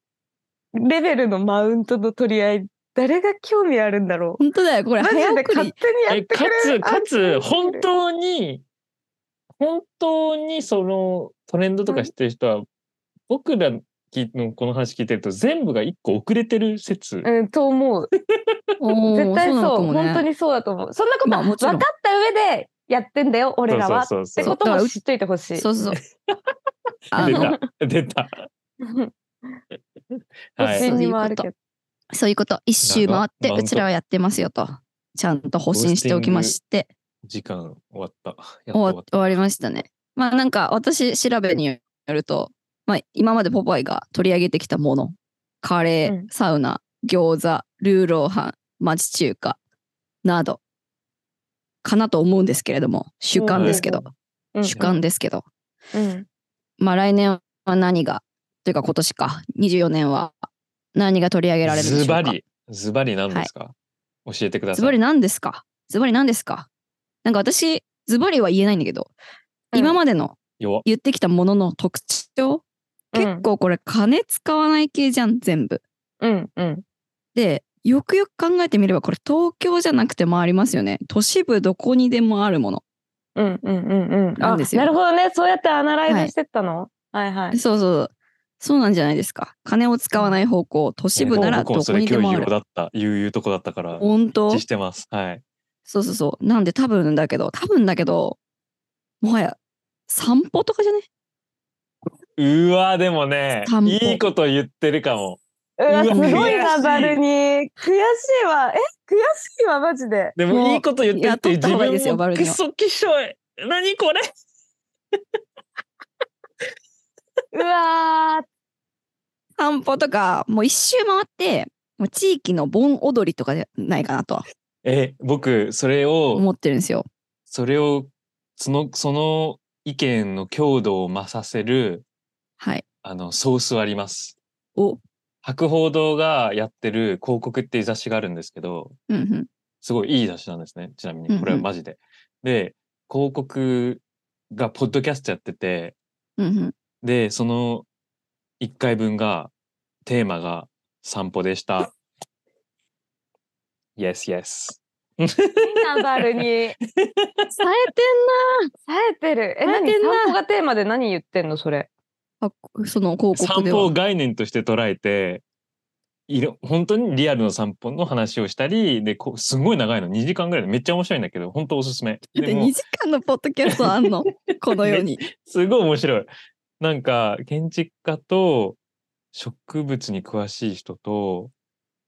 Speaker 2: レベルのマウントの取り合い、誰が興味あるんだろう。
Speaker 1: 本当だよ、これ、
Speaker 2: マジ
Speaker 1: 早
Speaker 2: で
Speaker 1: 送
Speaker 2: 勝
Speaker 1: り。
Speaker 2: 手にやっ
Speaker 3: え
Speaker 2: てく
Speaker 3: か
Speaker 2: れ
Speaker 3: つ、かつ、本当に、本当にそのトレンドとか知ってる人は、僕らきのこの話聞いてると、全部が一個遅れてる説。
Speaker 2: うん、と思う。
Speaker 1: おー
Speaker 2: 絶対そう
Speaker 1: なのかもね
Speaker 2: 本当にそうだと思う。そんなこと
Speaker 1: まあも
Speaker 2: 分
Speaker 1: ちろん
Speaker 2: かった上でやってんだよ、俺らは。
Speaker 3: そう
Speaker 2: っ
Speaker 3: そ
Speaker 2: て
Speaker 3: うそう
Speaker 2: こ
Speaker 1: う
Speaker 2: とも知っといてほしい。
Speaker 1: そう そう。あ
Speaker 3: 出
Speaker 1: の、
Speaker 3: た。出た。は
Speaker 2: 星
Speaker 3: い。
Speaker 2: にもあるけど。
Speaker 1: そういうこと、一周回って、
Speaker 3: なん
Speaker 1: う
Speaker 3: か
Speaker 1: ちらはやってますよと。ちゃんと保身しておきまして。
Speaker 3: 時間終わった。やっと終
Speaker 1: 終
Speaker 3: わ
Speaker 1: わ
Speaker 3: っ
Speaker 1: 終わりましたね。まあなんか私調べによると、まあ、今までポパイが取り上げてきたものカレー、
Speaker 2: うん
Speaker 1: サウナ餃子ルーローハン町中華などかなと思うんですけれども主観ですけど、
Speaker 2: うん
Speaker 1: 主観ですけど、
Speaker 2: うん
Speaker 1: まあ来年は何がというか今年か24年は何が取り上げられるんでしょ
Speaker 3: ズ
Speaker 1: うか
Speaker 3: バリ、ズバリ何ですか、教えてくださ
Speaker 1: ズ
Speaker 3: い。
Speaker 1: バリ何ですかズバリ何ですかなんか私ズバリは言えないんだけど、
Speaker 2: うん
Speaker 1: 今までの
Speaker 3: 弱っ
Speaker 1: 言ってきたものの特徴
Speaker 2: うん
Speaker 1: 結構これ金使わない系じゃん全部。
Speaker 2: うんうん
Speaker 1: でよくよく考えてみればこれ東京じゃなくてもありますよね。都市部どこにでもあるもの。
Speaker 2: うんうんうんうん
Speaker 1: な
Speaker 2: あ
Speaker 1: んですよ
Speaker 2: なるほどねそうやってアナライズしてったの、はい、はい
Speaker 1: そうそうそうなんじゃないですか。金を使わない方向都市部なら
Speaker 3: 僕も
Speaker 1: ど
Speaker 3: そ
Speaker 1: こ
Speaker 3: れ
Speaker 1: にでも
Speaker 3: 今日
Speaker 1: あ
Speaker 3: 言う
Speaker 1: る
Speaker 3: だ。った、言うとこだったから、
Speaker 1: 本当
Speaker 3: 一致してます。はい。
Speaker 1: そうそうそう。なんで多分だけど多分だけどもはや散歩とかじゃね
Speaker 3: うわ、でもね
Speaker 1: 散、歩
Speaker 3: いいこと言ってるかも。
Speaker 2: うわ
Speaker 3: うわ
Speaker 2: すごい
Speaker 3: 悔し
Speaker 2: ないバルニー悔しいわえ悔しいわマジで
Speaker 3: で
Speaker 1: もう
Speaker 3: も、いいこと言ってるってい
Speaker 1: いや取
Speaker 3: う
Speaker 1: った
Speaker 3: 自
Speaker 1: 方がいい
Speaker 3: 分
Speaker 1: ですよバ
Speaker 3: も
Speaker 1: ルニ
Speaker 3: ク
Speaker 1: ーは
Speaker 3: ソきしょい。何これ
Speaker 2: うわ
Speaker 1: 散歩とかもう一周回ってもう地域の盆踊りとかじゃないかなとは
Speaker 3: え、僕、それを、
Speaker 1: 思ってるんですよ。
Speaker 3: それを、その、その意見の強度を増させる、
Speaker 1: はい。
Speaker 3: あの、ソースはあります。
Speaker 1: お、うん
Speaker 3: 博報堂がやってる広告っていう雑誌があるんですけど、
Speaker 1: うん。
Speaker 3: すごいいい雑誌なんですね。ちなみ
Speaker 1: うんう
Speaker 3: に、
Speaker 1: ん
Speaker 3: これはマジで。で、広告がポッドキャストやってて、
Speaker 1: うんうん。
Speaker 3: で、その1回分が、テーマが散歩でした。Yes, yes.
Speaker 2: ーいいなバルニー
Speaker 1: 冴えて
Speaker 2: 冴えてるえ
Speaker 1: 冴え
Speaker 2: 何
Speaker 1: てんな
Speaker 2: 散歩がテーマで何言ってんのそれ
Speaker 1: んなあその広告
Speaker 3: 散
Speaker 1: で
Speaker 3: 歩を
Speaker 1: は。
Speaker 3: 概念として捉えて、いろ本当にリアルの散歩の話をしたり、で、こうすごい長いの、2時間ぐらいでめっちゃ面白いんだけど、本当おすすめ。
Speaker 1: で
Speaker 3: でも
Speaker 1: 2時間のポッドキャストあん のこの世に。
Speaker 3: すごい面白い。なんか、建築家と植物に詳しい人と、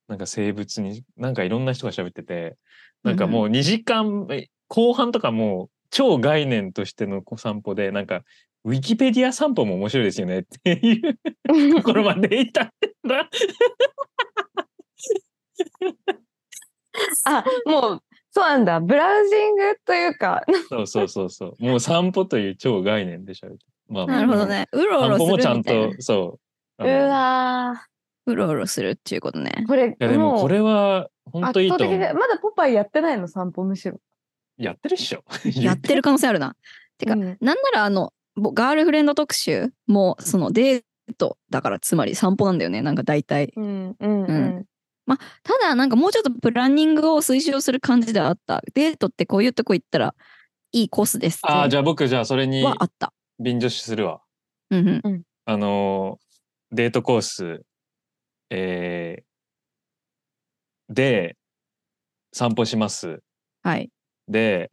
Speaker 3: なんか生物に、なんかいろんな人が喋ってて、なんかもう2時間、え後半とかもう超概念としてのこう散歩で、なんか、ウィキペディア散歩も面白いですよねっていうところまで行ったんだ。
Speaker 2: あもうそうなんだブラウジングというか
Speaker 3: そうそうそうそう。もう散歩という超概念で喋って。まあ、
Speaker 1: なるほど。ね。うろう
Speaker 3: 散
Speaker 1: ろ
Speaker 3: 歩もち
Speaker 1: す
Speaker 3: ゃ
Speaker 1: る
Speaker 3: ん
Speaker 1: みたいな
Speaker 3: と
Speaker 1: ね。、
Speaker 3: そう。あ
Speaker 2: う
Speaker 3: の
Speaker 2: わ
Speaker 1: うろうろするっていうことね
Speaker 2: ー。これ
Speaker 3: いやでもこれは本
Speaker 2: 圧
Speaker 3: 当いい
Speaker 2: 倒
Speaker 3: と
Speaker 2: 的
Speaker 3: 思う。
Speaker 2: でまだポパイやってないの散歩むしろ
Speaker 3: やってるっしょ。
Speaker 1: やってる可能性あるな。てか
Speaker 2: うん
Speaker 1: なんならあの、ぼガールフレンド特集もそのデートだからつまり散歩なんだよね。なんか大体。
Speaker 2: うんうん
Speaker 1: う
Speaker 2: うんん
Speaker 1: ただなんかもうちょっとプランニングを推奨する感じではあった。デートってこういうとこ行ったらいいコースです。
Speaker 3: ああ、じゃあ僕、じゃあそれに
Speaker 1: はあった。
Speaker 3: 便乗しするわ。
Speaker 1: うんうん。
Speaker 3: あのー、デートコース、えー、で、散歩します。
Speaker 1: はい。
Speaker 3: で、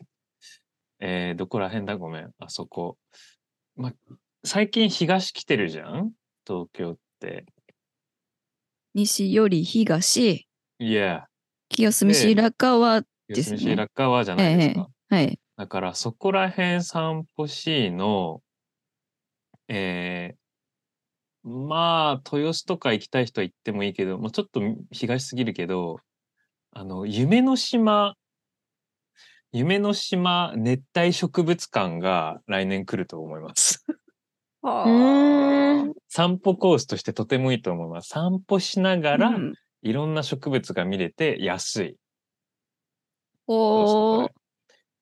Speaker 3: えー、どこら辺だごめん。あそこ。ま、最近東来てるじゃん東京って。
Speaker 1: 西より東、
Speaker 3: いや、
Speaker 1: 清澄白河、ですね
Speaker 3: 吉見白川じゃないですか。
Speaker 1: はい。
Speaker 3: だからそこら辺散歩しの、えー、まあ豊洲とか行きたい人は行ってもいいけど、もうちょっと東すぎるけど、あの、夢の島、夢の島熱帯植物館が来年来ると思います。
Speaker 2: うーん
Speaker 3: 散歩コースとしてとてもいいと思います。散歩しながらいろんな植物が見れて安い。
Speaker 1: おー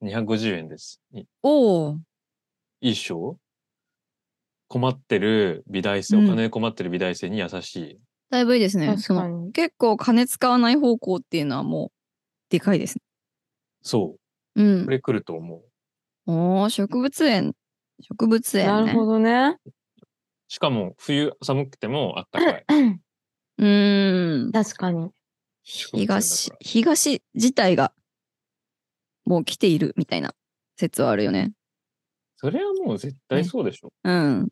Speaker 3: 250円です。い
Speaker 1: おー
Speaker 3: いいっしょ困ってる美大生、お
Speaker 1: うん
Speaker 3: 金で困ってる美大生に優しい。
Speaker 1: だいぶいいですね。
Speaker 2: 確
Speaker 1: そ
Speaker 2: か
Speaker 1: の
Speaker 2: に
Speaker 1: 結構金使わない方向っていうのはもうでかいですね。
Speaker 3: そうう。こ
Speaker 1: ん。
Speaker 3: れ来ると思う。
Speaker 1: おー植物園。植物園、ね。
Speaker 2: なるほどね
Speaker 3: しかも、冬寒くてもあったかい。
Speaker 1: うーん。
Speaker 2: 確かに
Speaker 1: 東、東自体がもう来ているみたいな説はあるよね。
Speaker 3: それはもう絶対そうでしょ。
Speaker 1: うん。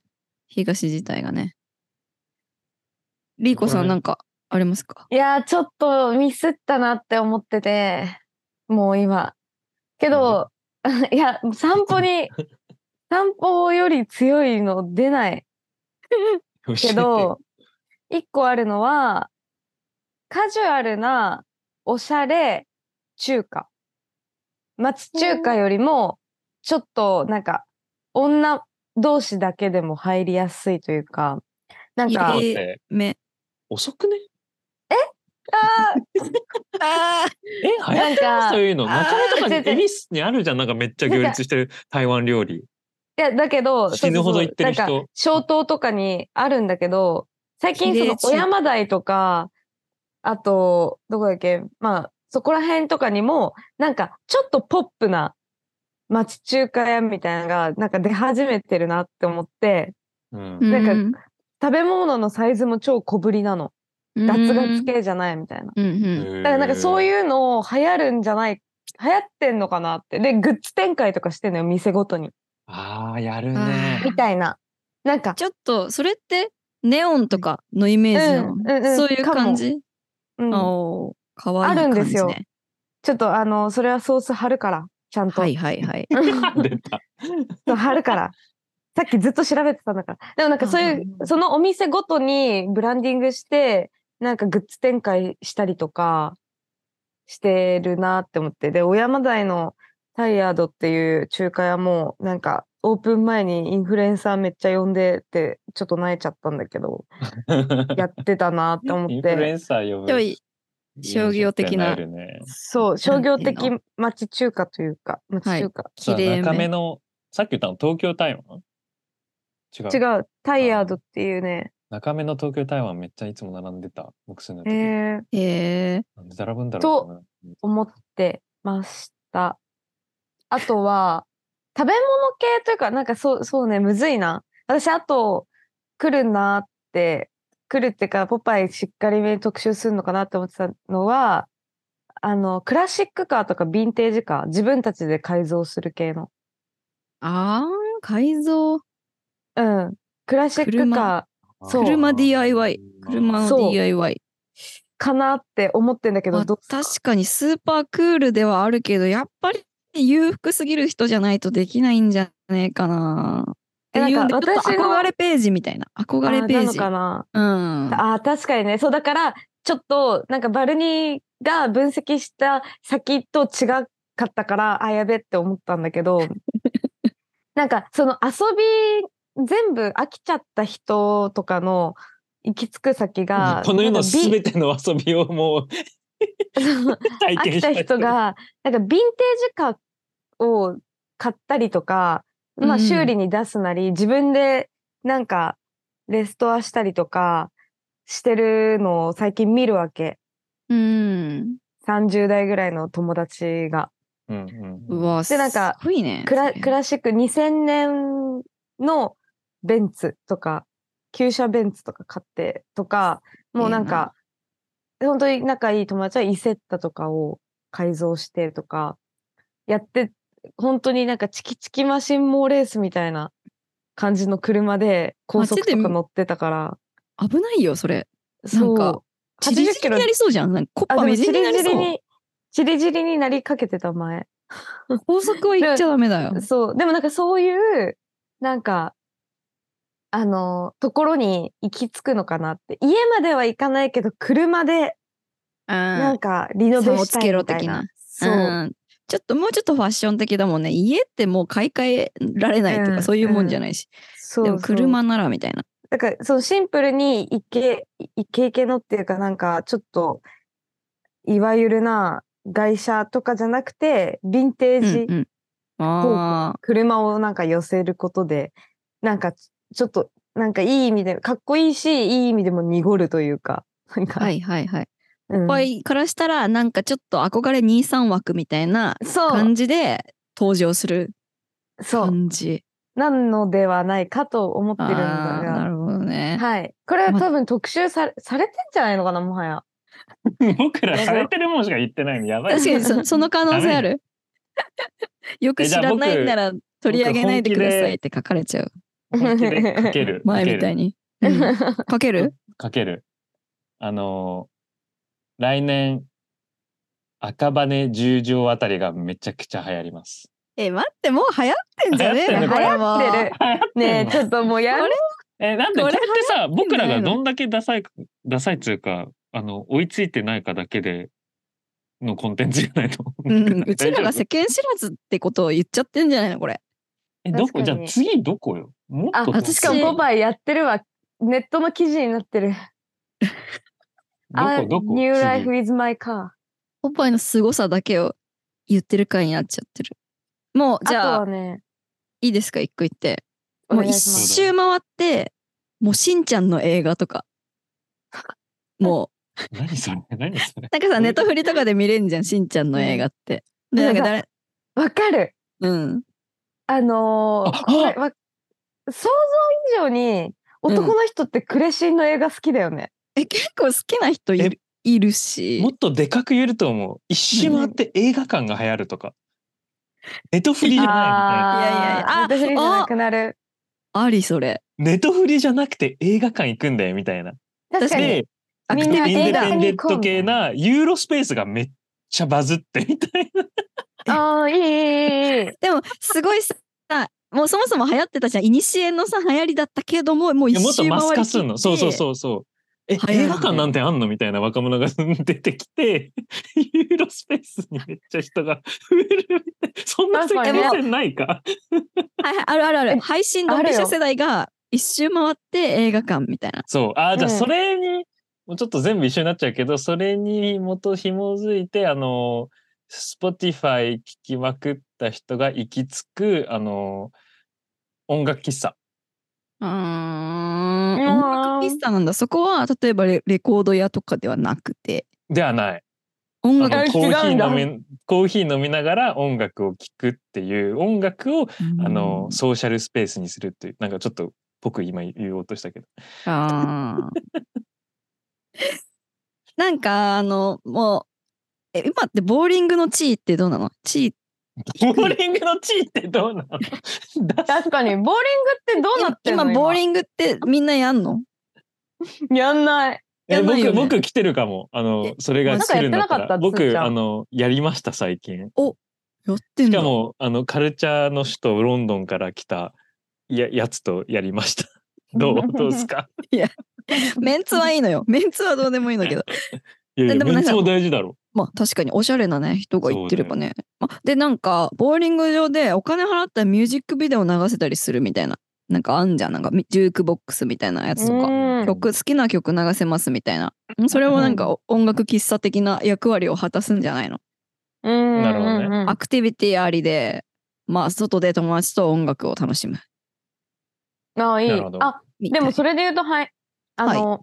Speaker 1: 東自体がね。リーコさんなんかありますか
Speaker 2: いやーちょっとミスったなって思っててもう今けど いや散歩に散歩より強いの出ない けど、一個あるのは、カジュアルなおしゃれ中華。町中華よりも、ちょっとなんか、女同士だけでも入りやすいというか、なんか、
Speaker 3: 教
Speaker 1: い
Speaker 3: え
Speaker 1: い
Speaker 3: てよだって
Speaker 1: 目。
Speaker 3: 遅くね
Speaker 2: あー
Speaker 1: あ
Speaker 3: え、流行って
Speaker 2: なん
Speaker 3: ま
Speaker 2: か
Speaker 3: すそういうの。
Speaker 1: あー
Speaker 3: 中身とかに
Speaker 2: 全然
Speaker 3: 恵比寿にあるじゃん。なんかめっちゃ行列してる台湾料理。
Speaker 2: いや、だけど、
Speaker 3: 死ぬほど行ってる人
Speaker 2: そうそうそうなんか、小島とかにあるんだけど、最近そ
Speaker 1: 綺
Speaker 2: の
Speaker 1: 麗、地
Speaker 2: 小山台とか、あと、どこだっけ、まあ、そこら辺とかにも、なんか、ちょっとポップな町中華屋みたいなのが、なんか出始めてるなって思って、
Speaker 3: うん
Speaker 1: あ。。
Speaker 2: なんか
Speaker 1: うん
Speaker 2: 食べ物のサイズも超小ぶりなの。ガツガツ。系じゃないみたいな。
Speaker 1: うんう
Speaker 3: へ
Speaker 1: ん。
Speaker 3: ー
Speaker 2: だからなんかそういうの流行るんじゃない、流行ってんのかなって。で、グッズ展開とかしてんのよ、店ごとに。
Speaker 3: ああ、やる
Speaker 1: あ
Speaker 3: ね
Speaker 1: ー。
Speaker 2: みたいな。なんか、
Speaker 1: ちょっと、それって、ネオンとかのイメージな
Speaker 2: うんうんう
Speaker 1: の。
Speaker 2: ん
Speaker 1: そういう感じ
Speaker 2: うん
Speaker 1: あおー、かわいい
Speaker 2: あるん
Speaker 1: 感じね。
Speaker 2: ですよちょっとあの、それはソース貼るから、ちゃんと。
Speaker 1: はいはいはい。
Speaker 3: 出た。
Speaker 2: そう貼るから。さっきずっと調べてたんだから。でもなんかそうい
Speaker 1: うんうんう
Speaker 2: う、
Speaker 1: ん
Speaker 2: そのお店ごとにブランディングして、なんかグッズ展開したりとかしてるなって思って。で、小山台のタイヤードっていう中華屋も、なんかオープン前にインフルエンサーめっちゃ呼んでって、ちょっと泣いちゃったんだけど、やってたなって思
Speaker 3: イ
Speaker 2: っ
Speaker 3: ンフルエ
Speaker 2: て。
Speaker 3: ンサー呼
Speaker 1: でも
Speaker 3: ぶ
Speaker 1: い。商業的な
Speaker 3: 飲食店にるね
Speaker 2: そう、商業
Speaker 1: なんていう
Speaker 2: 的町中華というか、町中華。
Speaker 1: 綺麗め
Speaker 3: さあ中目の、さっき言ったの東京台湾違う。
Speaker 2: 違う、タイヤードっていうね、
Speaker 3: 中目の東京台湾めっちゃいつも並んでた。僕住んで
Speaker 2: え
Speaker 3: る時
Speaker 2: ー、
Speaker 1: へえ。
Speaker 3: なんで並ぶんだろうかな
Speaker 2: 思ってました。あとは、食べ物系というか、なんかそう、そうね、むずいな。私、あと、来るなって、来るっていうか、ポパイしっかりめに特集するのかなって思ってたのは、あの、クラシックカーとかヴィンテージカー、自分たちで改造する系の。
Speaker 1: あー、改造。
Speaker 2: うん。クラシックカそう
Speaker 1: 車 DIY 車
Speaker 3: の。
Speaker 1: の
Speaker 2: そう
Speaker 1: DIY。
Speaker 2: ーかなって思ってんだけ
Speaker 1: ま
Speaker 2: ど、
Speaker 1: あ
Speaker 2: どう
Speaker 1: 確かにスーパークールではあるけど、やっぱり裕福すぎる人じゃないとできないんじゃねえかな。って
Speaker 2: え
Speaker 1: いうんで、ちょ
Speaker 2: な
Speaker 1: っ
Speaker 2: ん
Speaker 1: と
Speaker 2: か私の
Speaker 1: 憧れページみたいな。憧れペ
Speaker 2: あ
Speaker 1: ー
Speaker 2: なの
Speaker 1: ジ。
Speaker 2: かな
Speaker 1: うん。
Speaker 2: あー確かにねそうだからちょっとなんかバルニーが分析した先と違かったからあやべって思ったんだけ どなんかその遊び全部飽きちゃった人とかの行き着く先 が
Speaker 3: この世のすべ
Speaker 2: べ
Speaker 3: ての遊びをもう 体
Speaker 2: 飽
Speaker 3: 験
Speaker 2: き
Speaker 3: し
Speaker 2: た
Speaker 3: た
Speaker 2: 人。がなんかヴィンテージカーを買ったりとか、ま
Speaker 1: う
Speaker 2: あ、
Speaker 1: ん
Speaker 2: 修理に出すなり、自分でなんかレストアしたりとかしてるのを最近見るわけ
Speaker 1: うん。
Speaker 2: 30代ぐらいの友達が
Speaker 3: うんうん
Speaker 1: うわ、す
Speaker 2: でなんか
Speaker 1: ごいね。
Speaker 2: クラ
Speaker 1: それ
Speaker 2: クラシック2000年のベンツとか旧車ベンツとか買ってとかもうなんか本当に仲いい友達はイセッタとかを改造してとかやって本当になんかチキチキマシンモーレースみたいな感じの車で高速とか乗ってたから
Speaker 1: 危ないよ、それ。
Speaker 2: そう
Speaker 1: なんかチリ
Speaker 2: 80
Speaker 1: ジ
Speaker 2: キ
Speaker 1: リ
Speaker 2: ロ
Speaker 1: になりそうじゃん。なんかコッ
Speaker 2: あで
Speaker 1: パ
Speaker 2: も
Speaker 1: みじ
Speaker 2: チ
Speaker 1: んにな
Speaker 2: リ
Speaker 1: り
Speaker 2: ジリ
Speaker 1: そう。
Speaker 2: にチリジリになりかけてた前
Speaker 1: 高速は行っちゃダメだよ。
Speaker 2: そう。でもなんかそういう、なんか、あの、ところに行き着くのかなって。家までは行かないけど、車で、な
Speaker 1: なん
Speaker 2: か、リノベ
Speaker 1: 差を
Speaker 2: し
Speaker 1: つ
Speaker 2: たい
Speaker 1: けろ
Speaker 2: みたい
Speaker 1: 的
Speaker 2: な
Speaker 1: な。
Speaker 2: そう。
Speaker 1: んちょっともうちょっとファッション的だもんね。家ってもう買い替えられないと
Speaker 2: う
Speaker 1: か
Speaker 2: ん
Speaker 1: そういうもんじゃないし。
Speaker 2: そう
Speaker 1: でも車ならみたいな。
Speaker 2: だから、そのシンプルに、イケ、イケイケのっていうか、なんか、ちょっと、いわゆるな、外車とかじゃなくて、ヴィンテ
Speaker 1: うん
Speaker 2: ージ、
Speaker 1: うん、あ
Speaker 2: 車をなんか寄せることで、なんか、ちょっと、なんかいい意味で、かっこいいし、いい意味でも濁るというか、なん
Speaker 1: あ。
Speaker 2: か、
Speaker 1: はいはいはい。
Speaker 2: うん
Speaker 1: いっぱいからしたらなんかちょっと憧れ23枠みたいな
Speaker 2: そ
Speaker 1: 感じで登場する
Speaker 2: う、そう、
Speaker 1: 感じ。
Speaker 2: なのではないかと思ってるんだ
Speaker 1: あーな
Speaker 2: が、
Speaker 1: るほどね。
Speaker 2: はい。これは
Speaker 1: ま
Speaker 2: 多分特集されされてんじゃないのかな、もはや。
Speaker 3: 僕らされてるもんしか言ってないのやばい。
Speaker 1: 確かに そその可能性ある。 よく知らないなら取り上げないでくださいって書かれちゃう。
Speaker 3: 本 気でかける。
Speaker 1: 前みたいに。うん書け る
Speaker 3: かける。あのー来年、赤羽十条あたりがめちゃくちゃ流行ります。
Speaker 1: え、待って、もう流行ってんじゃねえ
Speaker 3: 流行っ
Speaker 2: る
Speaker 3: て
Speaker 1: これも
Speaker 2: 流行ってるねえ、ちょっともうやめよ
Speaker 3: え、なんで
Speaker 1: こ
Speaker 3: こ
Speaker 1: れ
Speaker 3: れってさ、僕ら
Speaker 1: ない
Speaker 3: が
Speaker 1: の
Speaker 3: どんだけダサいか、ダサいっていうか、あの、追いついてないかだけでのコンテンツじゃないの
Speaker 1: うん、うちらが
Speaker 3: 大丈
Speaker 1: 世間知らずってことを言っちゃってんじゃないのこれ。
Speaker 3: 夫え、どこ
Speaker 2: 確
Speaker 3: じ
Speaker 2: か
Speaker 3: ゃあ
Speaker 2: に
Speaker 3: 次どこよもっ
Speaker 2: あ
Speaker 3: と
Speaker 1: 確
Speaker 2: しかもポパイやってるわ。ネットの記事になってる。あ、
Speaker 3: どこどこ
Speaker 2: New
Speaker 3: 次
Speaker 2: Life with My Car。
Speaker 1: ポパイの凄さだけを言ってる回になっちゃってる。もう、
Speaker 2: あ
Speaker 1: じ
Speaker 2: と
Speaker 1: ゃあ、
Speaker 2: はね、
Speaker 1: いいですか、一個言って。
Speaker 2: お
Speaker 1: もう
Speaker 2: 願い
Speaker 1: 一
Speaker 2: します。
Speaker 1: 周回って、もうしんちゃんの映画と か。も
Speaker 3: 何それ何そ
Speaker 1: う、
Speaker 3: れ
Speaker 1: なんかさ、ネタフリとかで見れんじゃん、しんちゃんの映画って。で、なんか誰、
Speaker 2: わかる。
Speaker 1: うん。
Speaker 2: あのー
Speaker 3: あ
Speaker 2: これわ想像以上に男の人ってクレシンの映画好きだよね。
Speaker 1: え、結構好きな人いるいるし
Speaker 3: もっ。とでかく言えると思う。一周回って映画館が流行るとか。ネトフリじゃない
Speaker 2: あ
Speaker 1: いやいやいや
Speaker 2: ーネットフリーじゃなくなる。
Speaker 1: あり、それ。
Speaker 3: みたいな。ネトフリじゃなくて映画館行くんだよみたいな。
Speaker 2: 確かに。
Speaker 3: で、
Speaker 1: ア
Speaker 2: み
Speaker 1: ク
Speaker 2: ん
Speaker 1: テ
Speaker 2: な
Speaker 1: ィビ
Speaker 3: インデ
Speaker 1: 映
Speaker 2: 映画
Speaker 1: 画
Speaker 3: ペ
Speaker 2: 館
Speaker 3: ン
Speaker 2: に
Speaker 3: デ
Speaker 2: 行
Speaker 3: ン
Speaker 2: こうみ
Speaker 3: ト
Speaker 2: た
Speaker 3: 系
Speaker 2: いな
Speaker 3: なユーロスペースがめっちゃバズってみたいな。
Speaker 2: ああ、いいいいいいいい。
Speaker 1: でも、すごいさ、もうそもそも流行ってたじゃん。いにしえのさ、流行りだったけども、もう
Speaker 3: い
Speaker 1: 一
Speaker 3: やもっと
Speaker 1: 周
Speaker 3: マス
Speaker 1: 回
Speaker 3: カ
Speaker 1: り
Speaker 3: すんの。そうそうそうそう。え、
Speaker 1: 早いね
Speaker 3: 映画館なんてあんのみたいな若者が 出てきて、ユーロスペースにめっちゃ人が増えるみたい。そんな世界線ないか。
Speaker 1: はいはい、あるあるあ
Speaker 2: え
Speaker 1: る。配信ドンピシャ世代が一周回って映画館みたいな。
Speaker 3: そう。あーじゃあ
Speaker 2: うん
Speaker 3: それに、もうちょっと全部一緒になっちゃうけど、それに元紐づいて、あの、Spotify 聞きまくった人が行き着く、あの、音楽喫茶。
Speaker 1: うー。
Speaker 2: うんーん
Speaker 1: 音楽喫茶なんだ。そこは、例えばレレコード屋とかではなくて、
Speaker 3: ではない。
Speaker 1: 音
Speaker 3: あ
Speaker 1: 楽
Speaker 3: の
Speaker 2: え
Speaker 3: コーヒ
Speaker 2: 違うんだ
Speaker 3: ー飲み、コーヒー飲みながら音楽を聴くっていう、音楽を、あの、ソーシャルスペースにするっていう、なんかちょっと、僕今言おうとしたけど。
Speaker 1: あーなんか、あの、もう、え今ってボーリングの地位ってどうなの地位
Speaker 3: ボーリングの地位ってどうなのだ
Speaker 2: 確かに、ボーリングってどうなってんの
Speaker 1: 今、ボーリングってみんなやんの
Speaker 2: ング。やんない。
Speaker 3: え
Speaker 1: やばいよ
Speaker 3: 僕、
Speaker 1: ね
Speaker 3: 僕来てるかも。あの
Speaker 1: え、
Speaker 3: それが来るんだっ
Speaker 2: な
Speaker 3: た
Speaker 2: ん
Speaker 3: ら。
Speaker 2: かやってなかったつーち
Speaker 3: 僕、
Speaker 2: ゃん
Speaker 3: あの、やりました、最近。
Speaker 1: やってん
Speaker 3: し
Speaker 1: だ
Speaker 3: かも、あの、カルチャーの首都、ロンドンから来たややつとやりました。どうどうですか
Speaker 1: メンツはいいのよ。メンツはどうでもいいんだけど。
Speaker 3: いやい
Speaker 1: え
Speaker 3: や、
Speaker 1: でもな
Speaker 3: め
Speaker 1: ん
Speaker 3: っ
Speaker 1: か
Speaker 3: ちゃ大事だろ。
Speaker 1: まあ確かにおしゃれなね人が言ってればね。まあ、でなんかボーリング場でお金払ったらミュージックビデオ流せたりするみたいななんかあんじゃんなんかみジュークボックスみたいなやつとか、
Speaker 2: うん
Speaker 1: 曲好きな曲流せますみたいなそれもなんかお音楽喫茶的な役割を果たすんじゃないの、
Speaker 2: うん。
Speaker 3: なるほどね
Speaker 2: うんうん
Speaker 1: アクティビティありでまあ外で友達と音楽を楽しむ
Speaker 2: ああ、いい
Speaker 3: なるほ。ど
Speaker 2: あ、
Speaker 1: みた
Speaker 2: で
Speaker 1: いな
Speaker 2: もそれで言うと、はい。あの、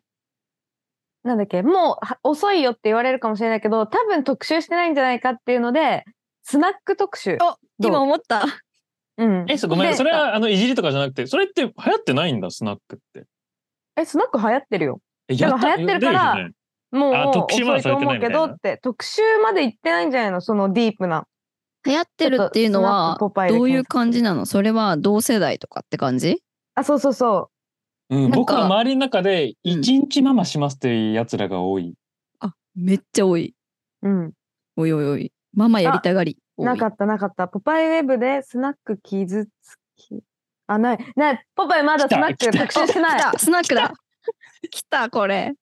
Speaker 2: なんだっけ、もうは遅いよって言われるかもしれないけど、多分特集してないんじゃないかっていうので、スナック特集。
Speaker 1: お
Speaker 2: どう
Speaker 1: 今思った
Speaker 2: うん。
Speaker 3: え、そごめん。
Speaker 2: で
Speaker 3: それは、あの、いじりとかじゃなくて、それって流行ってないんだ、スナックって。
Speaker 2: え、スナック流行ってるよ。
Speaker 3: え
Speaker 2: だから流行ってるから
Speaker 3: やだよね
Speaker 2: もう、
Speaker 3: あ
Speaker 2: もう
Speaker 3: 特集
Speaker 2: 遅
Speaker 3: まだ
Speaker 2: い
Speaker 3: され
Speaker 2: と
Speaker 3: て
Speaker 2: 思
Speaker 3: な
Speaker 2: う
Speaker 3: いみた
Speaker 2: け
Speaker 3: いな
Speaker 2: どって、特集まで行ってないんじゃないのそのディープな。
Speaker 1: 流行ってるっていうのは
Speaker 2: ちょっとスナックポパイで
Speaker 1: どういう
Speaker 2: 検索
Speaker 1: 感じなのそれは同世代とかって感じ
Speaker 2: あ、そうそうそ。
Speaker 3: うん、
Speaker 1: か
Speaker 3: 僕は周りの中で、
Speaker 1: うん
Speaker 3: 一日ママしますっていうやつらが多い。
Speaker 1: あめっちゃ多いう
Speaker 2: うん。
Speaker 1: おいおいおいママやりたがり多い
Speaker 2: なかったなかった。ポパイウェブでスナック傷つき。あ、ない。ない。ポパイまだス
Speaker 3: 来た
Speaker 2: ナック
Speaker 3: 来た
Speaker 2: 特集してない。
Speaker 1: 来たスナックだ来たこれ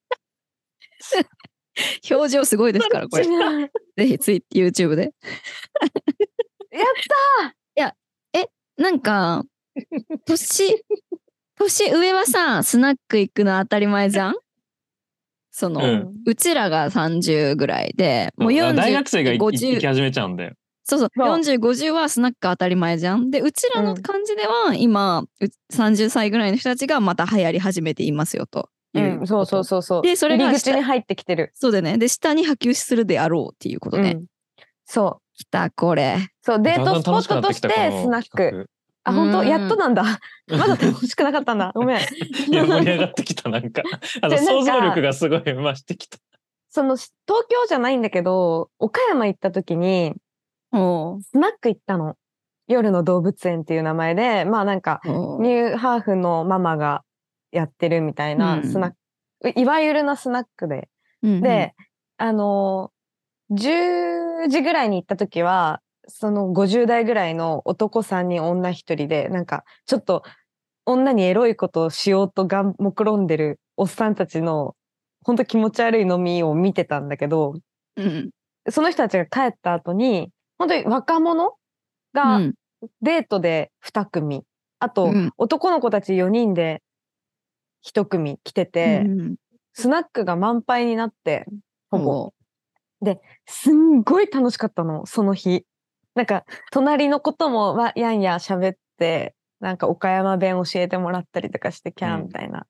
Speaker 1: 表情すごいですからこ れ
Speaker 2: 違う
Speaker 1: ぜひツイ YouTube で
Speaker 2: や
Speaker 1: ったいやえなんか年年上はさスナック行くの当たり前じゃんその、う
Speaker 3: うん
Speaker 1: ちらが30ぐらいでもう
Speaker 3: だから
Speaker 1: 40
Speaker 3: 大学生がいい
Speaker 1: 50
Speaker 3: 行き始めちゃうんだよ。
Speaker 1: そうそう
Speaker 2: そう
Speaker 1: 4050はスナック当たり前じゃんでうちらの
Speaker 2: うん
Speaker 1: 感じでは、今う30歳ぐらいの人たちがまた流行り始めていますよというう、
Speaker 2: ん、そうそうそうそう。
Speaker 1: でそれが
Speaker 2: 入り口に入ってきてる。
Speaker 1: そうだよね。で、下に波及するであろうっていうことね。
Speaker 2: うんそう。
Speaker 1: 来た、これ。
Speaker 2: そう、デー
Speaker 3: だん
Speaker 2: ト
Speaker 3: だ
Speaker 2: ス
Speaker 3: ん
Speaker 2: ポ
Speaker 3: 楽
Speaker 2: ッ
Speaker 3: しくな
Speaker 2: ト
Speaker 3: っ
Speaker 2: とした
Speaker 3: てき
Speaker 2: てスナッ ク。。あ、本
Speaker 1: う
Speaker 2: 当
Speaker 1: ん
Speaker 2: やっとなんだ。
Speaker 3: この
Speaker 2: まだ
Speaker 3: 企画
Speaker 2: 楽しくなかったん だ。ごめん。
Speaker 3: いや盛り上がってきたなんかあの
Speaker 2: でなんか
Speaker 3: 想像力がすごい増してきた。
Speaker 2: その、東京じゃないんだけど、岡山行った時に、
Speaker 1: お
Speaker 2: スナック行ったの。夜の動物園っていう名前で、まあなんか、
Speaker 1: お
Speaker 2: ニューハーフのママがやってるみたいなスナック、いわゆるなスナックで。で、、あのー、10時ぐらいに行った時は、その50代ぐらいの男3人女1人で、なんか、ちょっと、女にエロいことをしようとがん目論んでるおっさんたちの、ほんと気持ち悪い飲みを見てたんだけど、
Speaker 1: うん。
Speaker 2: その人たちが帰った後に、本当に若者が、
Speaker 1: うん。
Speaker 2: デートで2組、あと、
Speaker 1: うん
Speaker 2: 男の子たち4人で1組来てて、
Speaker 1: うん
Speaker 2: スナックが満杯になって、ほぼ。
Speaker 1: お
Speaker 2: すんごい楽しかったの、その日。なんか、隣のこともわやんや喋って、なんか岡山弁教えてもらったりとかして、キャ
Speaker 3: うん
Speaker 2: ーみたいな。